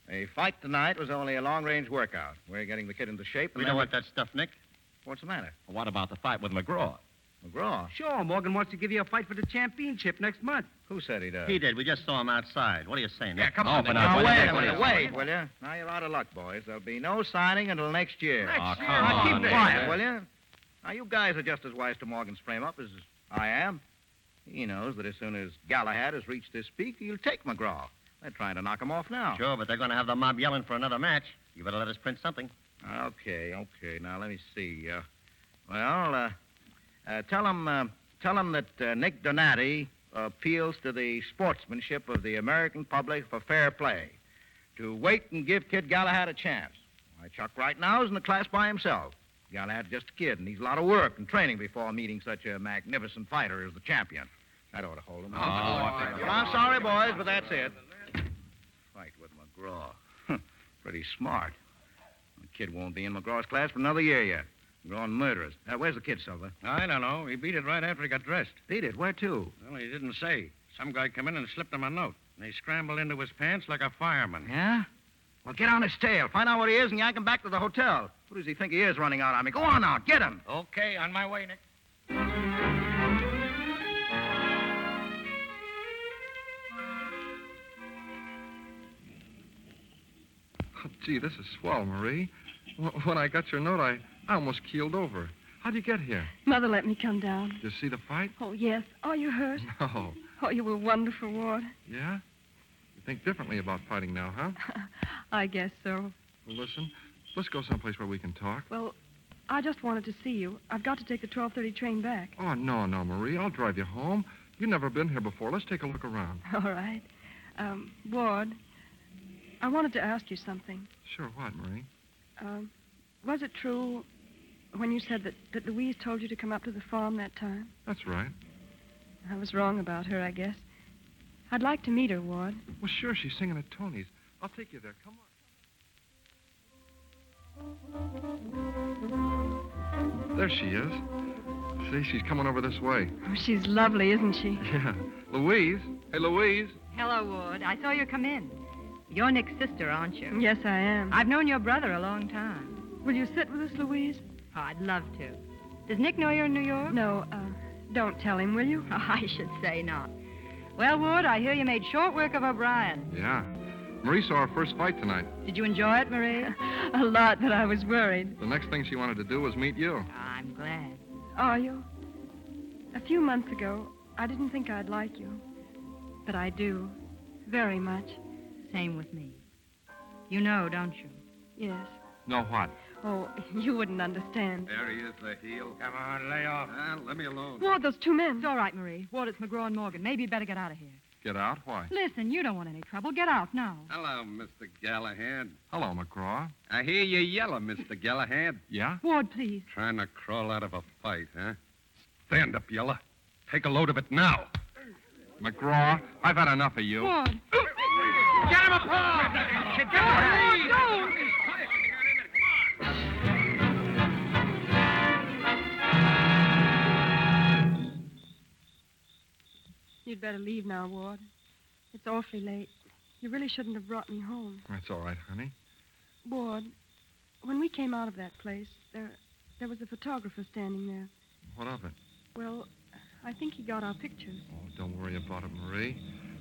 S3: The fight tonight was only a long range workout. We're getting the kid into shape. And
S15: We
S3: then
S15: don't want that stuff, Nick.
S3: What's the matter?
S15: What about the fight with McGraw?
S3: McGraw?
S12: Sure, Morgan wants to give you a fight for the championship next month.
S3: Who said he does?
S15: He did. We just saw him outside. What are you saying?
S3: Yeah,
S15: Nick?
S3: come
S15: oh,
S3: on,
S15: But
S3: Nick. Now,
S15: now,
S3: wait
S15: wait,
S3: a minute,
S15: wait.
S3: wait, will you? Now you're out of luck, boys. There'll be no signing until next year.
S15: Next
S3: Aw,
S15: year?
S3: come
S15: Now,
S3: on,
S15: keep
S3: Nick.
S15: quiet,
S3: will you? Now you guys are just as wise to Morgan's frame up as I am. He knows that as soon as Galahad has reached his peak, he'll take McGraw. They're trying to knock him off now.
S15: Sure, but they're going to have the mob yelling for another match. You better let us print something.
S3: Okay, okay. Now let me see. Uh, well, uh, uh, tell him, uh, tell him that uh, Nick Donati uh, appeals to the sportsmanship of the American public for fair play, to wait and give Kid Galahad a chance. Why, Chuck right now is in the class by himself. Galahad's just a kid and needs a lot of work and training before meeting such a magnificent fighter as the champion. That ought to hold him.
S15: Oh,
S3: well, I'm sorry, boys, but that's it. Fight with McGraw. Pretty smart. The kid won't be in McGraw's class for another year yet. McGraw's murderers. Uh, where's the kid, Silver?
S6: I don't know. He beat it right after he got dressed.
S3: Beat it. Where to?
S6: Well, he didn't say. Some guy come in and slipped him a note, and he scrambled into his pants like a fireman.
S3: Yeah? Well, get on his tail. Find out what he is and yank him back to the hotel. Who does he think he is running out on me? Go on now. Get him.
S6: Okay, on my way, Nick.
S5: Oh, gee, this is swell, Marie. Wh- When I got your note, I, I almost keeled over. How'd you get here?
S11: Mother let me come down.
S5: Did you see the fight? <laughs>
S11: Oh, yes. Oh, you hurt?
S5: No.
S11: Oh, you were wonderful, Ward.
S5: Yeah? You think differently about fighting now, huh?
S11: I guess so.
S5: Well, listen, let's go someplace where we can talk.
S11: Well, I just wanted to see you. I've got to take the 12.30 train back. <laughs>
S5: Oh, no, no, Marie. I'll drive you home. You've never been here before. Let's take a look around.
S11: All right. Um, Ward, I wanted to ask you something.
S5: Sure, what, Marie?
S11: Um, was it true when you said that, that Louise told you to come up to the farm that time?
S5: That's right.
S11: I was wrong about her, I guess. I'd like to meet her, Ward.
S5: Well, sure, she's singing at Tony's. I'll take you there. Come on. There she is. See, she's coming over this way. <laughs>
S11: Oh, she's lovely, isn't she?
S5: Yeah. Louise? Hey, Louise.
S4: Hello, Ward. I saw you come in. You're Nick's sister, aren't you?
S11: Yes, I am.
S4: I've known your brother a long time.
S11: Will you sit with us, Louise?
S4: Oh, I'd love to. Does Nick know you're in New York?
S11: No, uh, don't tell him, will
S4: <laughs>
S11: you?
S4: I should say not. Well, Ward, I hear you made short work of O'Brien.
S5: Yeah. Marie saw her first fight tonight.
S4: Did you enjoy it, Marie? <laughs> a lot, but I was worried.
S5: The next thing she wanted to do was meet you.
S4: I'm glad.
S11: Are Oh, you? A few months ago, I didn't think I'd like you. But I do. Very much.
S4: Same with me. You know, don't you?
S11: Yes.
S5: No what?
S11: Oh, <laughs> you wouldn't understand.
S16: There he is, the heel.
S7: Come on, lay off.
S16: let me alone.
S11: Ward, those two men.
S4: It's all right, Marie. Ward, it's McGraw and Morgan. Maybe you'd better get out of here.
S5: Get out? Why?
S4: Listen, you don't want any trouble. Get out now.
S16: Hello, Mr. Galahad.
S5: Hello, McGraw.
S16: I hear you yelling, Mr. Galahad.
S5: Yeah?
S4: Ward, please.
S16: Trying to crawl out of a fight, huh? Stand up, yeller. Take a load of it now.
S5: McGraw, I've had enough of you.
S4: Ward.
S9: Get him a paw! Get him a paw!
S11: You'd better leave now, Ward. It's awfully late. You really shouldn't have brought me home.
S5: That's all right, honey.
S11: Ward, when we came out of that place, there, there was a photographer standing there.
S5: What of it?
S11: Well, I think he got our pictures.
S5: Oh, don't worry about it, Marie.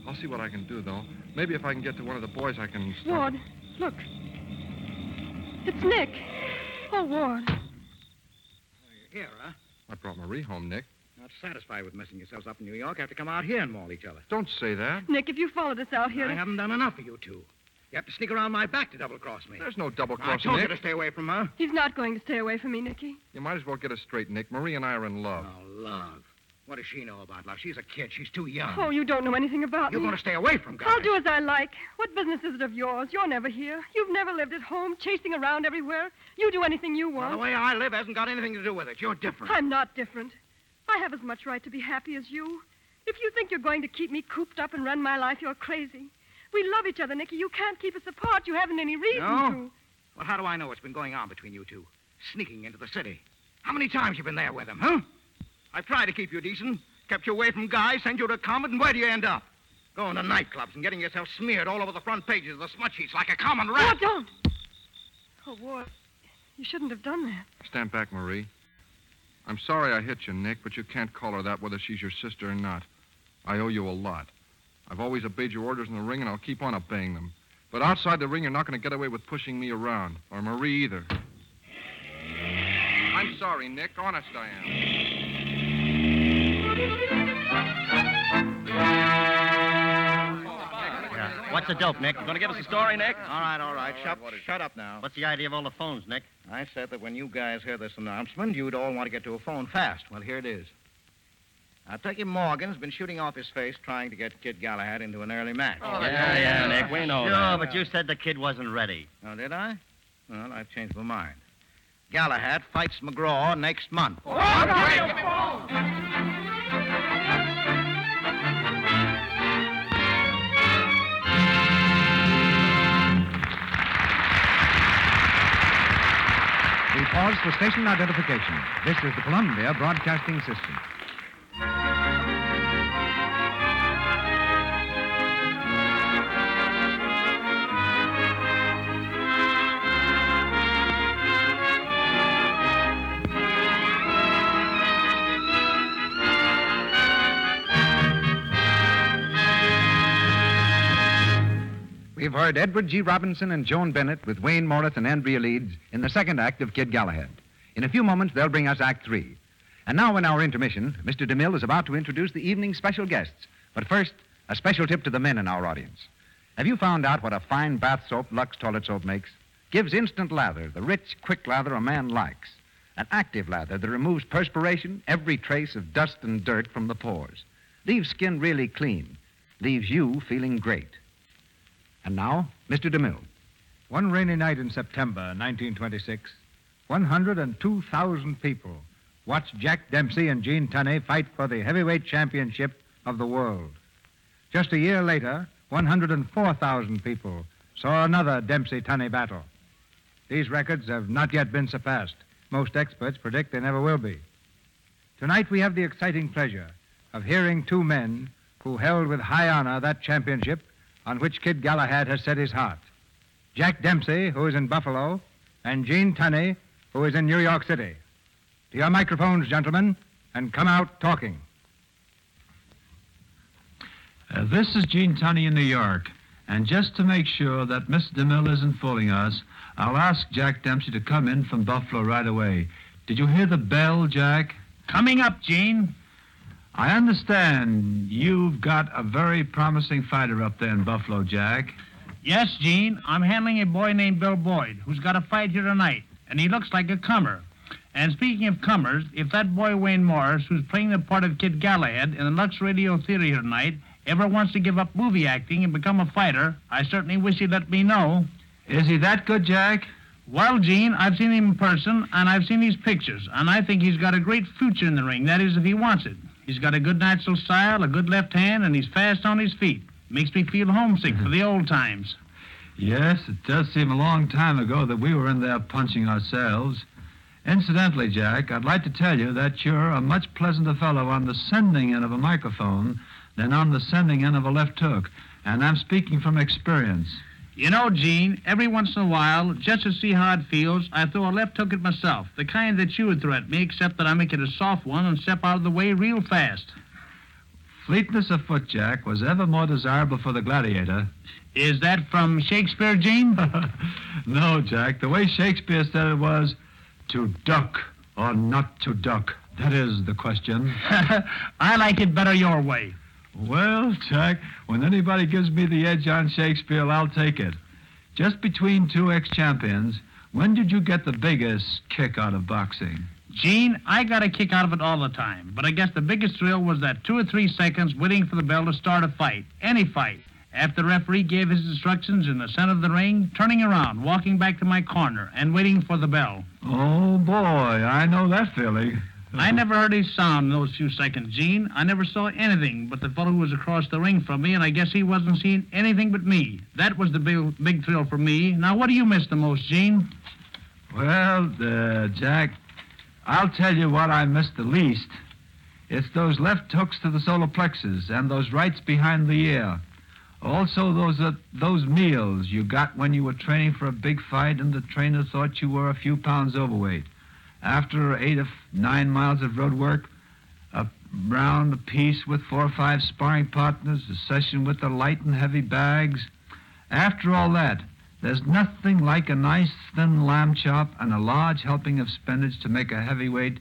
S5: I'll see what I can do, though. Maybe if I can get to one of the boys, I can.
S11: Ward, look. It's Nick. Oh, Ward.
S3: Here, huh?
S5: What brought Marie home, Nick?
S3: Not satisfied with messing yourselves up in New York, have to come out here and maul each other.
S5: Don't say that.
S11: Nick, if you followed us out here.
S3: I haven't done enough for you two. You have to sneak around my back to double cross me.
S5: There's no double
S3: I
S5: crossing,
S3: told you
S5: Nick.
S3: to stay away from her.
S11: He's not going to stay away from me, Nicky.
S5: You might as well get us straight, Nick. Marie and I are in love.
S3: Oh, love. What does she know about love? She's a kid. She's too young.
S11: Oh, you don't know anything about
S3: You're
S11: me.
S3: going to stay away from guys.
S11: I'll do as I like. What business is it of yours? You're never here. You've never lived at home, chasing around everywhere. You do anything you
S3: Well,
S11: want.
S3: the way I live hasn't got anything to do with it. You're different.
S11: I'm not different. I have as much right to be happy as you. If you think you're going to keep me cooped up and run my life, you're crazy. We love each other, Nicky. You can't keep us apart. You haven't any reason
S3: No?
S11: to.
S3: Well, how do I know what's been going on between you two? Sneaking into the city. How many times you been there with him, huh? I've tried to keep you decent, kept you away from guys, sent you to Comet, and where do you end up? Going to nightclubs and getting yourself smeared all over the front pages of the smut sheets like a common rat.
S11: No, don't. Oh, Ward, you shouldn't have done that.
S5: Stand back, Marie. I'm sorry I hit you, Nick, but you can't call her that whether she's your sister or not. I owe you a lot. I've always obeyed your orders in the ring, and I'll keep on obeying them. But outside the ring, you're not going to get away with pushing me around, or Marie either. I'm sorry, Nick. Honest, I am.
S15: What's the dope, Nick? You gonna give us a story, Nick?
S6: All right, all right. Shut,
S15: shut up
S6: now.
S15: What's the idea of all the phones, Nick?
S3: I said that when you guys heard this announcement, you'd all want to get to a phone fast. Well, here it is. Now, Turkey Morgan's been shooting off his face trying to get Kid Galahad into an early match.
S15: Oh, yeah, yeah, Nick. We know. Sure, but you said the kid wasn't ready.
S3: Oh, did I? Well, I've changed my mind. Galahad fights McGraw next month.
S14: We pause for station identification. This is the Columbia Broadcasting System. We've heard Edward G. Robinson and Joan Bennett with Wayne Morris and Andrea Leeds in the second act of Kid Galahad. In a few moments, they'll bring us Act Three. And now, in our intermission, Mr. DeMille is about to introduce the evening's special guests. But first, a special tip to the men in our audience. Have you found out what a fine bath soap Lux Toilet Soap makes? Gives instant lather, the rich, quick lather a man likes. An active lather that removes perspiration, every trace of dust and dirt from the pores. Leaves skin really clean. Leaves you feeling great. And now, Mr. DeMille.
S2: One rainy night in September 1926, 102,000 people watched Jack Dempsey and Gene Tunney fight for the heavyweight championship of the world. Just a year later, 104,000 people saw another Dempsey Tunney battle. These records have not yet been surpassed. Most experts predict they never will be. Tonight we have the exciting pleasure of hearing two men who held with high honor that championship on which Kid Galahad has set his heart. Jack Dempsey, who is in Buffalo, and Gene Tunney, who is in New York City. To your microphones, gentlemen, and come out talking.
S17: Uh, this is Gene Tunney in New York. And just to make sure that Miss DeMille isn't fooling us, I'll ask Jack Dempsey to come in from Buffalo right away. Did you hear the bell, Jack? Coming up, Gene. I understand you've got a very promising fighter up there in Buffalo, Jack.
S18: Yes, Gene, I'm handling a boy named Bill Boyd who's got a fight here tonight, and he looks like a comer. And speaking of comers, if that boy Wayne Morris, who's playing the part of Kid Galahad in the Lux Radio Theater here tonight, ever wants to give up movie acting and become a fighter, I certainly wish he'd let me know. Is he that good, Jack? Well, Gene, I've seen him in person, and I've seen his pictures, and I think he's got a great future in the ring. That is, if he wants it. He's got a good natural style, a good left hand, and he's fast on his feet. Makes me feel homesick for the old times.
S17: Yes, it does seem a long time ago that we were in there punching ourselves. Incidentally, Jack, I'd like to tell you that you're a much pleasanter fellow on the sending end of a microphone than on the sending end of a left hook. And I'm speaking from experience.
S18: You know, Gene, every once in a while, just to see how it feels, I throw a left hook at myself, the kind that you would throw at me, except that I make it a soft one and step out of the way real fast.
S17: Fleetness of foot, Jack, was ever more desirable for the gladiator.
S18: Is that from Shakespeare, Gene?
S17: <laughs> no, Jack. The way Shakespeare said it was to duck or not to duck. That is the question.
S18: <laughs> I like it better your way.
S17: Well, Jack, when anybody gives me the edge on Shakespeare, I'll take it. Just between two ex champions, when did you get the biggest kick out of boxing?
S18: Gene, I got a kick out of it all the time, but I guess the biggest thrill was that two or three seconds waiting for the bell to start a fight, any fight. After the referee gave his instructions in the center of the ring, turning around, walking back to my corner, and waiting for the bell.
S17: Oh, boy, I know that feeling.
S18: I never heard his sound in those few seconds, Gene. I never saw anything but the fellow who was across the ring from me, and I guess he wasn't seeing anything but me. That was the big, big thrill for me. Now, what do you miss the most, Gene?
S17: Well, uh, Jack, I'll tell you what I miss the least. It's those left hooks to the solar plexus and those rights behind the ear. Also, those uh, those meals you got when you were training for a big fight, and the trainer thought you were a few pounds overweight. After eight or nine miles of road work, a round apiece with four or five sparring partners, a session with the light and heavy bags. After all that, there's nothing like a nice thin lamb chop and a large helping of spinach to make a heavyweight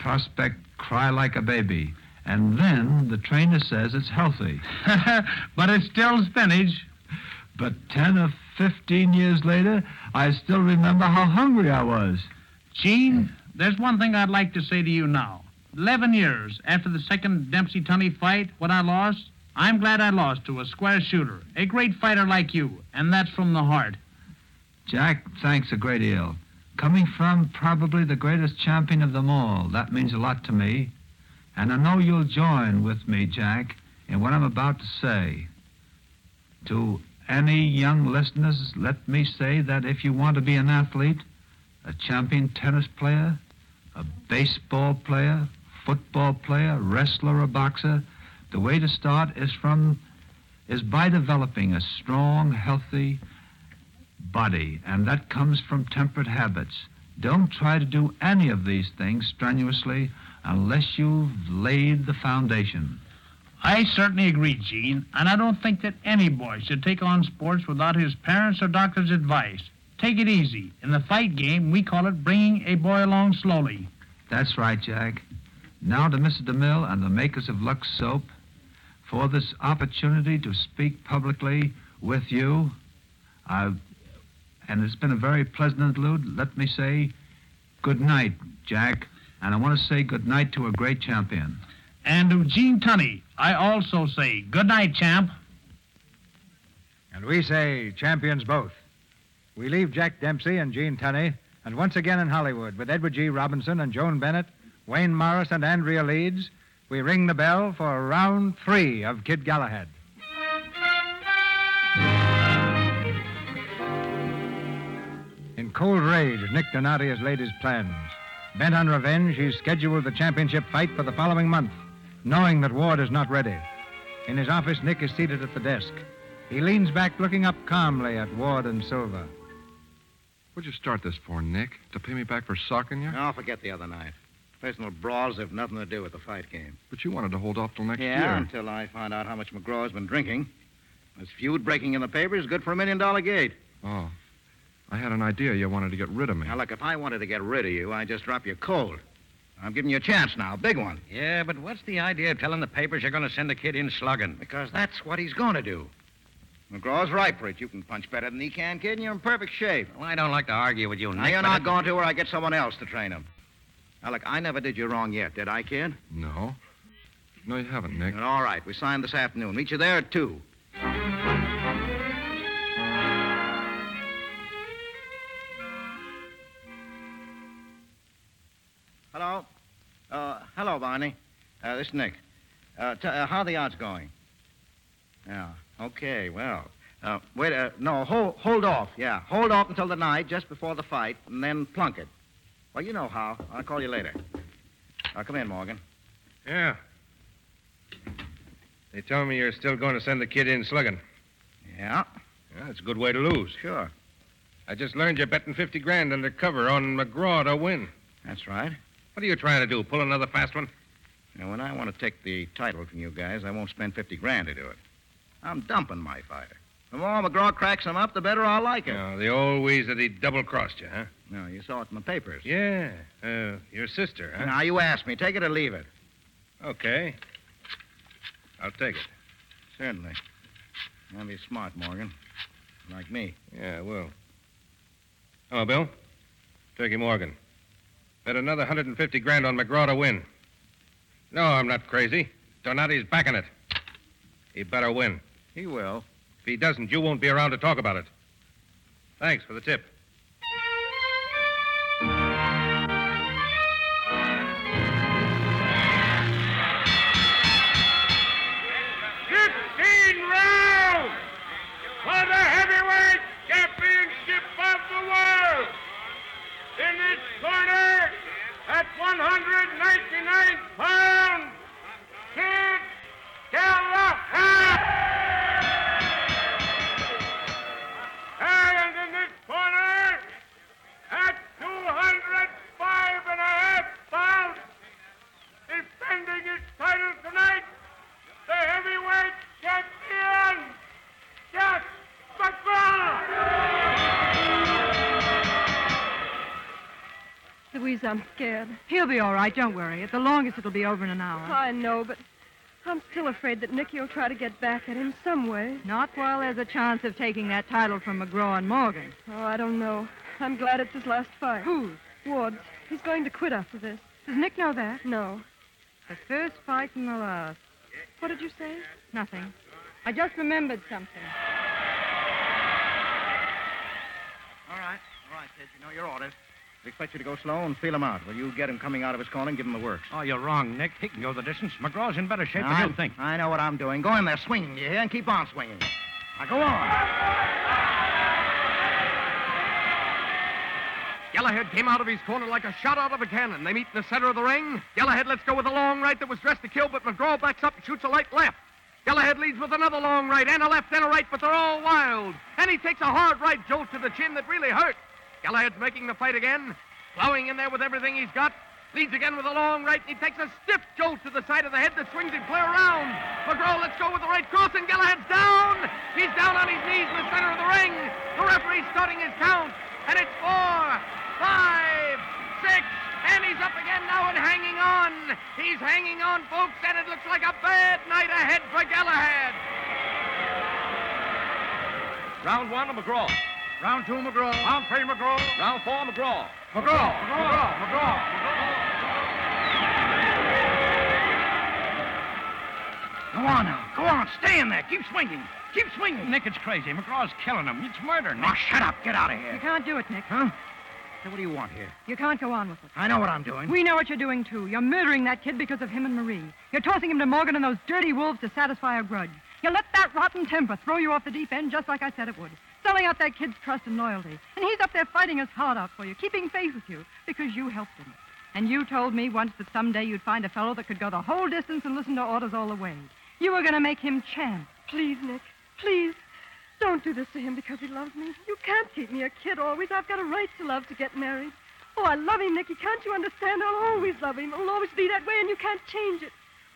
S17: prospect cry like a baby. And then the trainer says it's healthy.
S18: <laughs> but it's still spinach.
S17: But 10 or 15 years later, I still remember how hungry I was.
S18: Gene, there's one thing I'd like to say to you now. Eleven years after the second Dempsey Tunney fight, when I lost, I'm glad I lost to a square shooter, a great fighter like you, and that's from the heart.
S17: Jack, thanks a great deal. Coming from probably the greatest champion of them all, that means a lot to me. And I know you'll join with me, Jack, in what I'm about to say. To any young listeners, let me say that if you want to be an athlete, a champion tennis player, a baseball player, football player, wrestler, or boxer, the way to start is from is by developing a strong, healthy body, and that comes from temperate habits. Don't try to do any of these things strenuously unless you've laid the foundation.
S18: I certainly agree, Gene, and I don't think that any boy should take on sports without his parents' or doctor's advice. Take it easy. In the fight game, we call it bringing a boy along slowly.
S17: That's right, Jack. Now to Mrs. DeMille and the makers of Lux Soap for this opportunity to speak publicly with you. I've, and it's been a very pleasant interlude. Let me say good night, Jack. And I want to say good night to a great champion.
S18: And to Gene Tunney, I also say good night, champ.
S2: And we say champions both. We leave Jack Dempsey and Gene Tunney, and once again in Hollywood with Edward G. Robinson and Joan Bennett, Wayne Morris and Andrea Leeds, we ring the bell for round three of Kid Galahad. In cold rage, Nick Donati has laid his plans. Bent on revenge, he's scheduled the championship fight for the following month, knowing that Ward is not ready. In his office, Nick is seated at the desk. He leans back, looking up calmly at Ward and Silver.
S5: What'd you start this for, Nick? To pay me back for socking you?
S3: Oh, forget the other night. Personal brawls have nothing to do with the fight game.
S5: But you wanted to hold off till next
S3: yeah,
S5: year.
S3: until I find out how much McGraw's been drinking. This feud breaking in the papers is good for a million dollar gate.
S5: Oh. I had an idea you wanted to get rid of me.
S3: Now, look, if I wanted to get rid of you, I'd just drop you cold. I'm giving you a chance now, a big one.
S6: Yeah, but what's the idea of telling the papers you're going to send a kid in slugging?
S3: Because that's what he's going to do. McGraw's right, Pritch. You can punch better than he can, kid, and you're in perfect shape.
S6: Well, I don't like to argue with you,
S3: Now,
S6: Nick,
S3: you're
S6: but
S3: not
S6: it-
S3: going to, or I get someone else to train him. Now, look, I never did you wrong yet, did I, kid?
S5: No. No, you haven't, Nick.
S3: All right, we signed this afternoon. Meet you there at 2. Hello? Uh, hello, Barney. Uh, this is Nick. Uh, t- uh, how are the odds going? Yeah, okay, well. Uh, wait, uh, no, hold, hold off, yeah. Hold off until the night, just before the fight, and then plunk it. Well, you know how. I'll call you later. Uh, come in, Morgan.
S7: Yeah. They tell me you're still going to send the kid in slugging.
S3: Yeah.
S7: Yeah, that's a good way to lose.
S3: Sure.
S7: I just learned you're betting 50 grand under cover on McGraw to win.
S3: That's right.
S7: What are you trying to do? Pull another fast one?
S3: Now, when I want to take the title from you guys, I won't spend 50 grand to do it. I'm dumping my fighter. The more McGraw cracks him up, the better I'll like him.
S7: No, the old ways that he double crossed you, huh?
S3: No, you saw it in the papers.
S7: Yeah. Uh, your sister, huh?
S3: Now, you ask me, take it or leave it.
S7: Okay. I'll take it.
S3: Certainly. Now, be smart, Morgan. Like me.
S7: Yeah, I will. Hello, Bill. Turkey Morgan. Bet another 150 grand on McGraw to win. No, I'm not crazy. Donati's backing it. He better win.
S3: He will.
S7: If he doesn't, you won't be around to talk about it. Thanks for the tip.
S19: Fifteen rounds for the heavyweight championship of the world. In this corner, at 199 pounds, Kid Galahad. And in this corner, at 205 and a half pounds, defending his title tonight, the heavyweight champion, Jack McGraw.
S11: Louise, I'm scared.
S4: He'll be all right, don't worry. At the longest, it'll be over in an hour.
S11: I know, but I'm still afraid that Nicky will try to get back at him some way.
S4: Not while there's a chance of taking that title from McGraw and Morgan.
S11: Oh, I don't know. I'm glad it's his last fight.
S4: Whose?
S11: Ward's. He's going to quit after this.
S4: Does Nick know that?
S11: No.
S4: The first fight and the last.
S11: What did you say?
S4: Nothing. I just remembered something.
S3: All right. All right, kid. You know your orders. We expect you to go slow and feel him out. Will you get him coming out of his corner and give him the works?
S6: Oh, you're wrong, Nick. He can go the distance. McGraw's in better shape
S3: I-
S6: than you think.
S3: I know what I'm doing. Go in there swinging, you hear, and keep on swinging. Now, go on.
S1: Galahad came out of his corner like a shot out of a cannon. They meet in the center of the ring. Galahad lets go with a long right that was dressed to kill, but McGraw backs up and shoots a light left. Galahad leads with another long right and a left and a right, but they're all wild. And he takes a hard right jolt to the chin that really hurt. Galahad's making the fight again, plowing in there with everything he's got. Leads again with a long right, and he takes a stiff jolt to the side of the head that swings him clear around. McGraw lets go with the right cross, and Galahad's down. He's down on his knees in the center of the ring. The referee's starting his count, and it's four, five, six, and he's up again now and hanging on. He's hanging on, folks, and it looks like a bad night ahead for Galahad.
S15: Round one, McGraw. Round two, McGraw. Round three, McGraw. Round four, McGraw. McGraw. McGraw. McGraw.
S3: Go on now. Go on. Stay in there. Keep swinging. Keep swinging.
S6: Nick, it's crazy. McGraw's killing him. It's murder, Nick.
S3: Now, shut up. Get out of
S4: You
S3: here.
S4: can't do it, Nick.
S3: Huh? Say, what do you want here?
S4: You can't go on with it.
S3: I know what I'm doing.
S4: We know what you're doing, too. You're murdering that kid because of him and Marie. You're tossing him to Morgan and those dirty wolves to satisfy a grudge. You let that rotten temper throw you off the deep end just like I said it would, selling out that kid's trust and loyalty. And he's up there fighting his heart out for you, keeping faith with you, because you helped him. And you told me once that someday you'd find a fellow that could go the whole distance and listen to orders all the way. You were going to make him champ.
S11: Please, Nick, please. Don't do this to him because he loves me. You can't keep me a kid always. I've got a right to love to get married. Oh, I love him, Nicky. Can't you understand? I'll always love him. It'll always be that way, and you can't change it.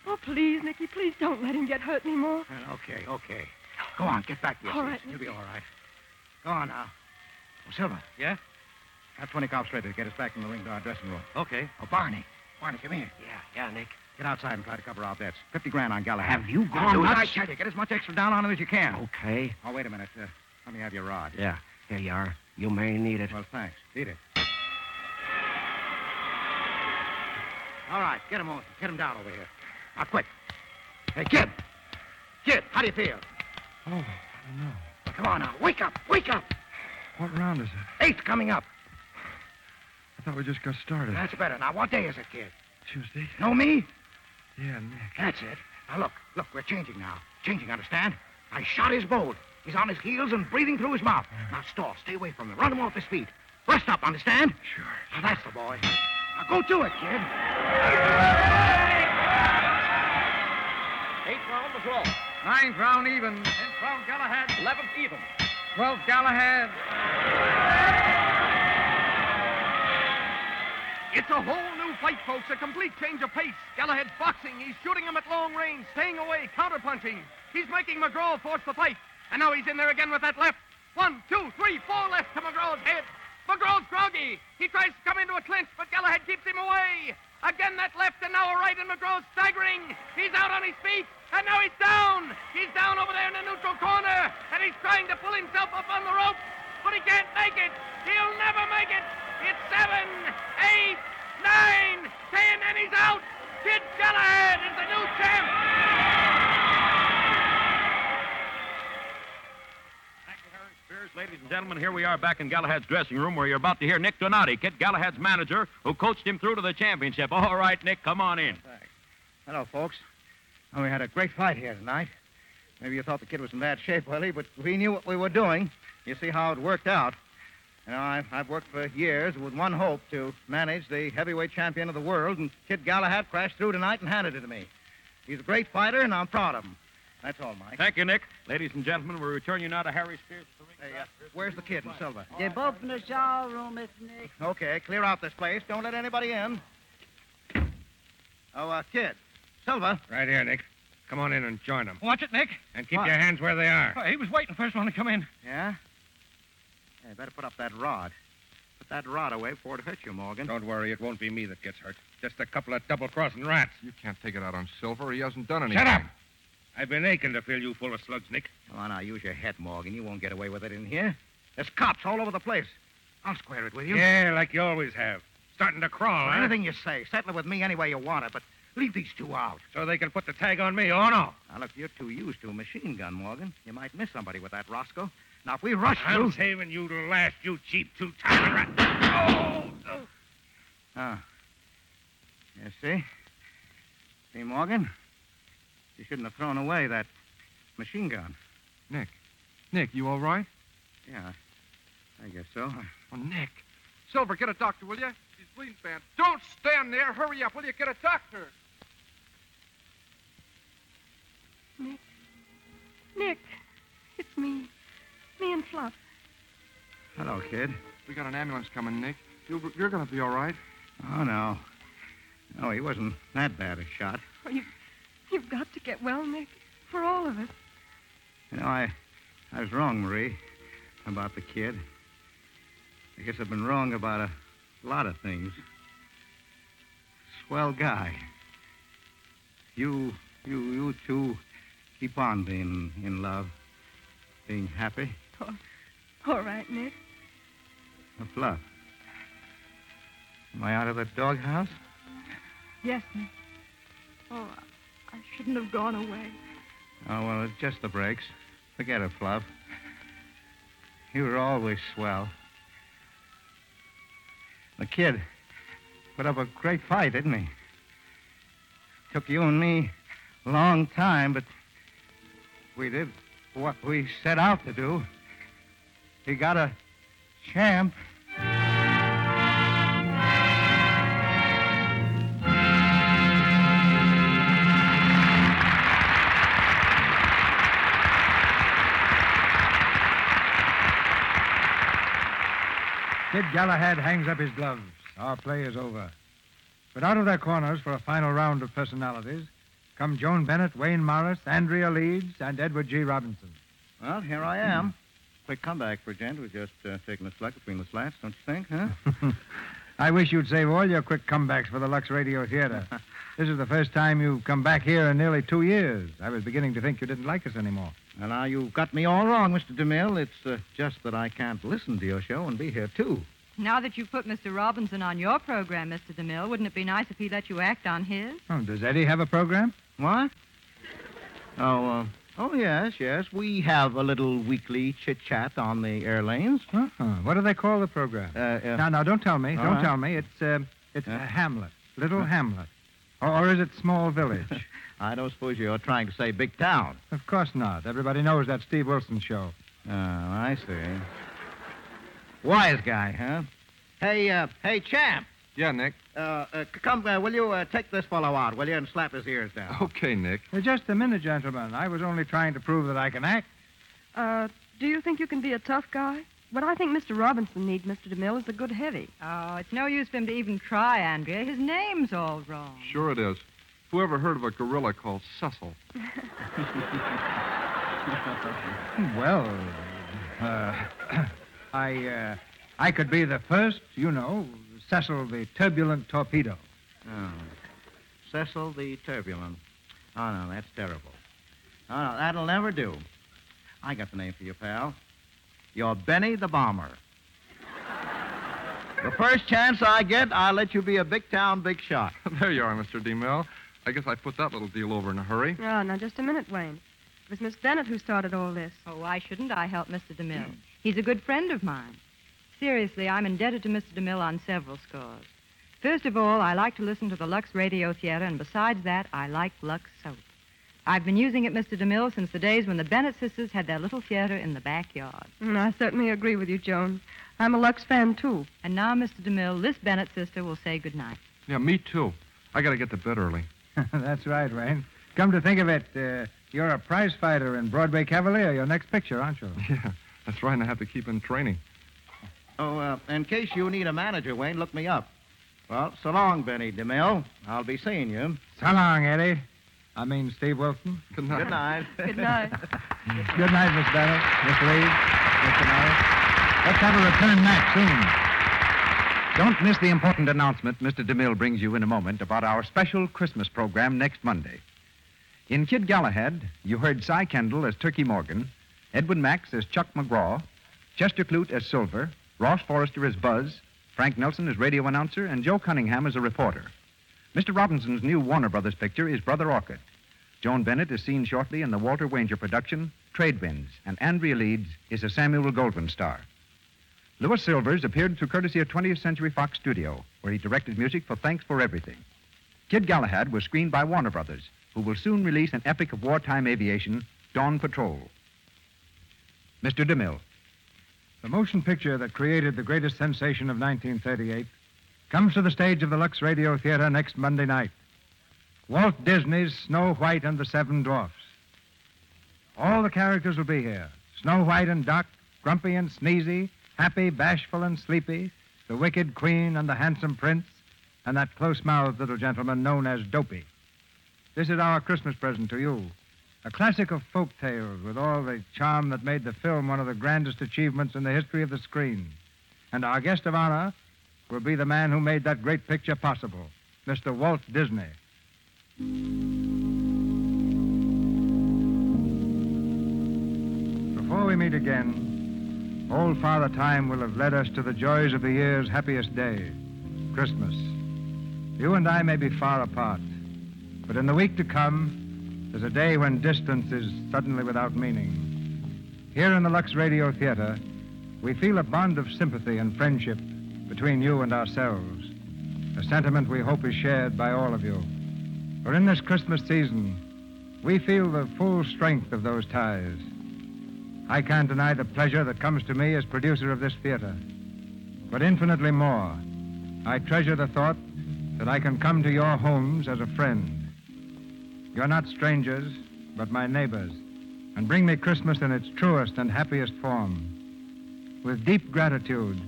S11: Oh, please, Nicky, please don't let him get hurt anymore.
S3: Uh, Okay, okay. Go on, get back here.
S11: All right,
S3: You'll be all right. Go on now. Oh, Silver.
S6: Yeah?
S3: Got 20 cops ready to get us back from the ring to our dressing room.
S6: Okay.
S3: Oh, Barney. Barney, come here.
S6: Yeah, yeah, Nick.
S3: Get outside and try to cover our bets. 50 grand on Galahad.
S6: Have you
S3: gone
S6: Do as
S3: nuts?
S6: I tell you.
S3: Get as much extra down on him as you can.
S6: Okay.
S3: Oh, wait a minute. Uh, let me have your rod.
S6: Yeah, here you are. You may need it.
S3: Well, thanks. Eat it. All right, get him on. Get him down over here. Now, quick. Hey, kid. Kid, how do you feel?
S5: Oh, I don't know.
S3: Come on now. Wake up. Wake up.
S5: What round is it?
S3: Eighth coming up.
S5: I thought we just got started.
S3: That's better. Now, what day is it, kid?
S5: Tuesday.
S3: Know me?
S5: Yeah, Nick.
S3: That's it. Now, look. Look, we're changing now. Changing, understand? I shot his boat. He's on his heels and breathing through his mouth. Now, stall. Stay away from him. Run him off his feet. Rest up, understand? Sure. Now, that's the boy. Now, go to it, kid.
S15: Eighth round, McGraw.
S12: Ninth round even.
S15: Tenth round, Galahad. Eleventh, even.
S12: Twelfth Galahad.
S1: It's a whole new fight, folks. A complete change of pace. Galahad's boxing. He's shooting him at long range, staying away, counterpunching. He's making McGraw force the fight. And now he's in there again with that left. One, two, three, four left to McGraw's head. McGraw's groggy. He tries to come into a clinch, but Galahad keeps him away. Again that left and now a right, and McGraw's staggering. He's out on his feet, and now he's down. He's down over there in the neutral corner, and he's trying to pull himself up on the rope, but he can't make it. He'll never make it. It's seven, eight, nine, ten, and he's out. Kid Galahad is the new champ.
S15: Spears, ladies and gentlemen, here we are back in Galahad's dressing room where you're about to hear Nick Donati, Kid Galahad's manager, who coached him through to the championship. All right, Nick, come on in.
S3: Hello, folks. Well, we had a great fight here tonight. Maybe you thought the kid was in bad shape, Willie, but we knew what we were doing. You see how it worked out. You know, I, I've worked for years with one hope to manage the heavyweight champion of the world, and Kid Galahad crashed through tonight and handed it to me. He's a great fighter, and I'm proud of him. That's all, Mike.
S15: Thank you, Nick. Ladies and gentlemen, we return you now to Harry Spears.
S3: Hey, uh, where's the kid and Silva?
S20: They're both in the shower room, Miss Nick.
S3: Okay, clear out this place. Don't let anybody in. Oh, uh, kid. Silva.
S7: Right here, Nick. Come on in and join them.
S12: Watch it, Nick.
S7: And keep
S3: What?
S7: your hands where they are.
S12: Oh, he was waiting for us one to come in.
S3: Yeah? Hey, better put up that rod. Put that rod away before it hurts you, Morgan.
S7: Don't worry, it won't be me that gets hurt. Just a couple of double crossing rats.
S5: You can't take it out on Silver. He hasn't done anything.
S7: Shut up! I've been aching to fill you full of slugs, Nick.
S3: Come on now, use your head, Morgan. You won't get away with it in here. There's cops all over the place. I'll square it with you.
S7: Yeah, like you always have. Starting to crawl,
S3: Or
S7: huh?
S3: anything you say. Settle it with me any way you want it, but leave these two out.
S7: So they can put the tag on me, oh no.
S3: Now, look, you're too used to a machine gun, Morgan. You might miss somebody with that Roscoe. Now, if we rush
S7: I'm
S3: through...
S7: saving you to last, you cheap two-timing rat. Oh! oh.
S3: Ah. You see? See, Morgan? You shouldn't have thrown away that machine gun.
S5: Nick. Nick, you all right?
S3: Yeah, I guess so.
S5: Oh, Nick.
S15: Silver, get a doctor, will you? He's bleeding bad. Don't stand there. Hurry up, will you? Get a doctor.
S11: Nick. Nick. It's me. Me and Fluff.
S3: Hello, kid.
S5: We got an ambulance coming, Nick. You, you're going to be all right.
S3: Oh, no. No, he wasn't that bad a shot.
S11: Oh, you, you've got to get well, Nick. For all of us.
S3: You know, I, I was wrong, Marie, about the kid. I guess I've been wrong about a lot of things. Swell guy. You, you, you two keep on being in love, being happy.
S11: Oh, all right, Nick.
S3: A fluff. Am I out of the doghouse?
S11: Yes, Nick. Oh, I I shouldn't have gone away.
S3: Oh, well, it's just the brakes. Forget it, Fluff. You were always swell. The kid put up a great fight, didn't he? Took you and me a long time, but we did what we set out to do. He got a champ.
S2: Kid Galahad hangs up his gloves. Our play is over. But out of their corners for a final round of personalities come Joan Bennett, Wayne Morris, Andrea Leeds, and Edward G. Robinson.
S3: Well, here I am. Quick comeback for a gent who's just uh, taken a slug between the slaps, don't you think, huh?
S2: <laughs> I wish you'd save all your quick comebacks for the Lux Radio
S3: <laughs>
S2: Theater. this is the first time you've come back here in nearly two years. I was beginning to think you didn't like us anymore.
S3: Well, now you've got me all wrong, Mr. DeMille. It's uh, just that I can't listen to your show and be here, too.
S4: Now that you've put Mr. Robinson on your program, Mr. DeMille, wouldn't it be nice if he let you act on his?
S2: Oh, does Eddie have a program?
S3: What? Oh, uh, oh yes, yes. We have a little weekly chit chat on the airlanes.
S2: Uh-huh. What do they call the program?
S3: Uh, uh,
S2: Now, now, don't tell me.
S3: All
S2: don't
S3: right.
S2: tell me. It's uh, it's uh, Hamlet, Little
S3: Huh?
S2: Hamlet, or, or is it Small
S3: <laughs>
S2: Village?
S3: I don't suppose you're trying to say big town.
S2: of course not. Everybody knows that Steve Wilson show.
S3: Oh, I see. Wise guy, huh? Hey, uh, hey, champ.
S5: Yeah, Nick.
S3: Uh, uh, c- come, uh, will you uh, take this fellow out, will you, and slap his ears down?
S5: Okay, Nick.
S2: Uh, Just a minute, gentlemen. I was only trying to prove that I can act.
S11: Uh, do you think you can be a tough guy? What I think Mr. Robinson needs, Mr. DeMille, is a good
S4: <laughs>
S11: heavy.
S4: Oh, it's no use for him to even try, Andrea. His name's all wrong.
S5: Sure it is. Whoever heard of a gorilla called Cecil?
S2: Well, uh, <clears throat> I uh, I could be the first, you know, Cecil the turbulent torpedo. <laughs>
S3: Oh. Cecil the Turbulent. Oh, no, that's terrible. Oh, no, that'll never do. I got the name for you, pal. You're Benny the Bomber. the first chance I get, I'll let you be a big town big shot.
S5: <laughs> there you are, Mr. DeMille. I guess I put that little deal over in a hurry.
S11: Ah, now just a minute, Wayne. It was Miss Bennett who started all this.
S4: Oh, why shouldn't I help Mr. DeMille? He's a good friend of mine. Seriously, I'm indebted to Mr. DeMille on several scores. First of all, I like to listen to the Lux Radio Theater, and besides that, I like Lux soap. I've been using it, Mr. DeMille, since the days when the Bennett sisters had their little theater in the backyard.
S11: Mm, I certainly agree with you, Joan. I'm a Lux fan, too.
S4: And now, Mr. DeMille, this Bennett sister will say goodnight.
S5: Yeah, me too. I got to get to bed early.
S2: That's right, Wayne. Come to think of it, uh, you're a prize fighter in Broadway Cavalier, your next picture, aren't you?
S5: <laughs> Yeah, that's right, and I have to keep in training.
S3: Oh, uh, in case you need a manager, Wayne, look me up. Well, so long, Benny DeMille. I'll be seeing you.
S2: So long, Eddie. I mean, Steve Wilson.
S5: Good
S3: Good night.
S11: Good night.
S2: Good night, Miss Bennett, Miss Reed, Mr. Morris. Let's have a return next soon.
S14: Don't miss the important announcement Mr. DeMille brings you in a moment about our special Christmas program next Monday. In Kid Galahad, you heard Cy Kendall as Turkey Morgan, Edwin Max as Chuck McGraw, Chester Clute as Silver, Ross Forrester as Buzz, Frank Nelson as radio announcer, and Joe Cunningham as a reporter. Mr. Robinson's new Warner Brothers picture is Brother Orchid. Joan Bennett is seen shortly in the Walter Wanger production, Trade Winds, and Andrea Leeds is a Samuel Goldwyn star. Louis Silvers appeared through courtesy of 20th Century Fox Studio, where he directed music for Thanks for Everything. Kid Galahad was screened by Warner Brothers, who will soon release an epic of wartime aviation, Dawn Patrol. Mr. DeMille.
S2: The motion picture that created the greatest sensation of 1938 comes to the stage of the Lux Radio Theater next Monday night. Walt Disney's Snow White and the Seven Dwarfs. All the characters will be here Snow White and Doc, Grumpy and Sneezy, Happy, Bashful and Sleepy, the Wicked Queen and the Handsome Prince, and that close mouthed little gentleman known as Dopey. This is our Christmas present to you. A classic of folk tales with all the charm that made the film one of the grandest achievements in the history of the screen. And our guest of honor will be the man who made that great picture possible, Mr. Walt Disney. Before we meet again, old Father Time will have led us to the joys of the year's happiest day, Christmas. You and I may be far apart, but in the week to come, there's a day when distance is suddenly without meaning. Here in the Lux Radio Theater, we feel a bond of sympathy and friendship between you and ourselves, a sentiment we hope is shared by all of you. For in this Christmas season, we feel the full strength of those ties. I can't deny the pleasure that comes to me as producer of this theater. But infinitely more, I treasure the thought that I can come to your homes as a friend. You're not strangers, but my neighbors, and bring me Christmas in its truest and happiest form. With deep gratitude,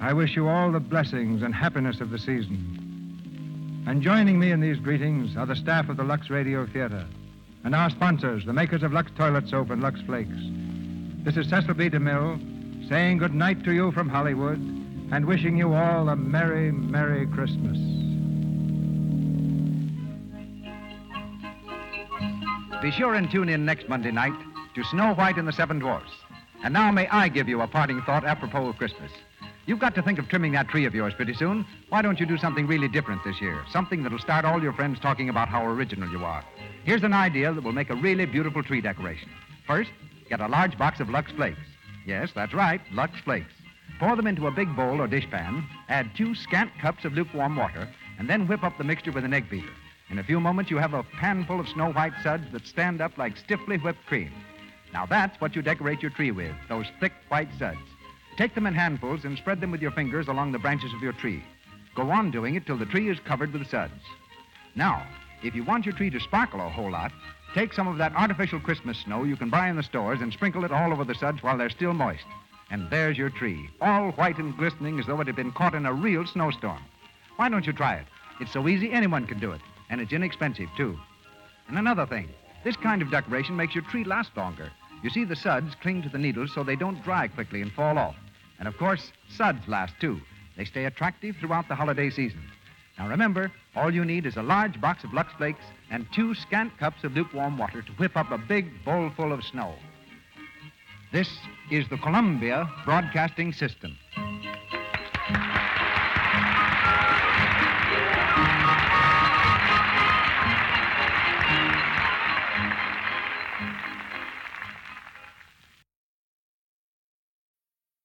S2: I wish you all the blessings and happiness of the season. And joining me in these greetings are the staff of the Lux Radio Theater and our sponsors, the makers of Lux Toilet Soap and Lux Flakes,
S21: This is Cecil B. DeMille saying good night to you from Hollywood and wishing you all a merry, merry Christmas.
S2: Be sure and tune in next Monday night to Snow White and the Seven Dwarfs. And now may I give you a parting thought apropos of Christmas. You've got to think of trimming that tree of yours pretty soon. Why don't you do something really different this year? Something that'll start all your friends talking about how original you are. Here's an idea that will make a really beautiful tree decoration. First, get a large box of Lux Flakes. Yes, that's right, Lux Flakes. Pour them into a big bowl or dishpan, add two scant cups of lukewarm water, and then whip up the mixture with an egg beater. In a few moments, you have a panful of snow white suds that stand up like stiffly whipped cream. Now, that's what you decorate your tree with those thick white suds. Take them in handfuls and spread them with your fingers along the branches of your tree. Go on doing it till the tree is covered with suds. Now, if you want your tree to sparkle a whole lot, take some of that artificial Christmas snow you can buy in the stores and sprinkle it all over the suds while they're still moist. And there's your tree, all white and glistening as though it had been caught in a real snowstorm. Why don't you try it? It's so easy, anyone can do it. And it's inexpensive, too. And another thing this kind of decoration makes your tree last longer. You see, the suds cling to the needles so they don't dry quickly and fall off. And of course, suds last, too. They stay attractive throughout the holiday season. Now remember, all you need is a large box of Lux Flakes and two scant cups of lukewarm water to whip up a big bowl full of snow. This is the Columbia Broadcasting System.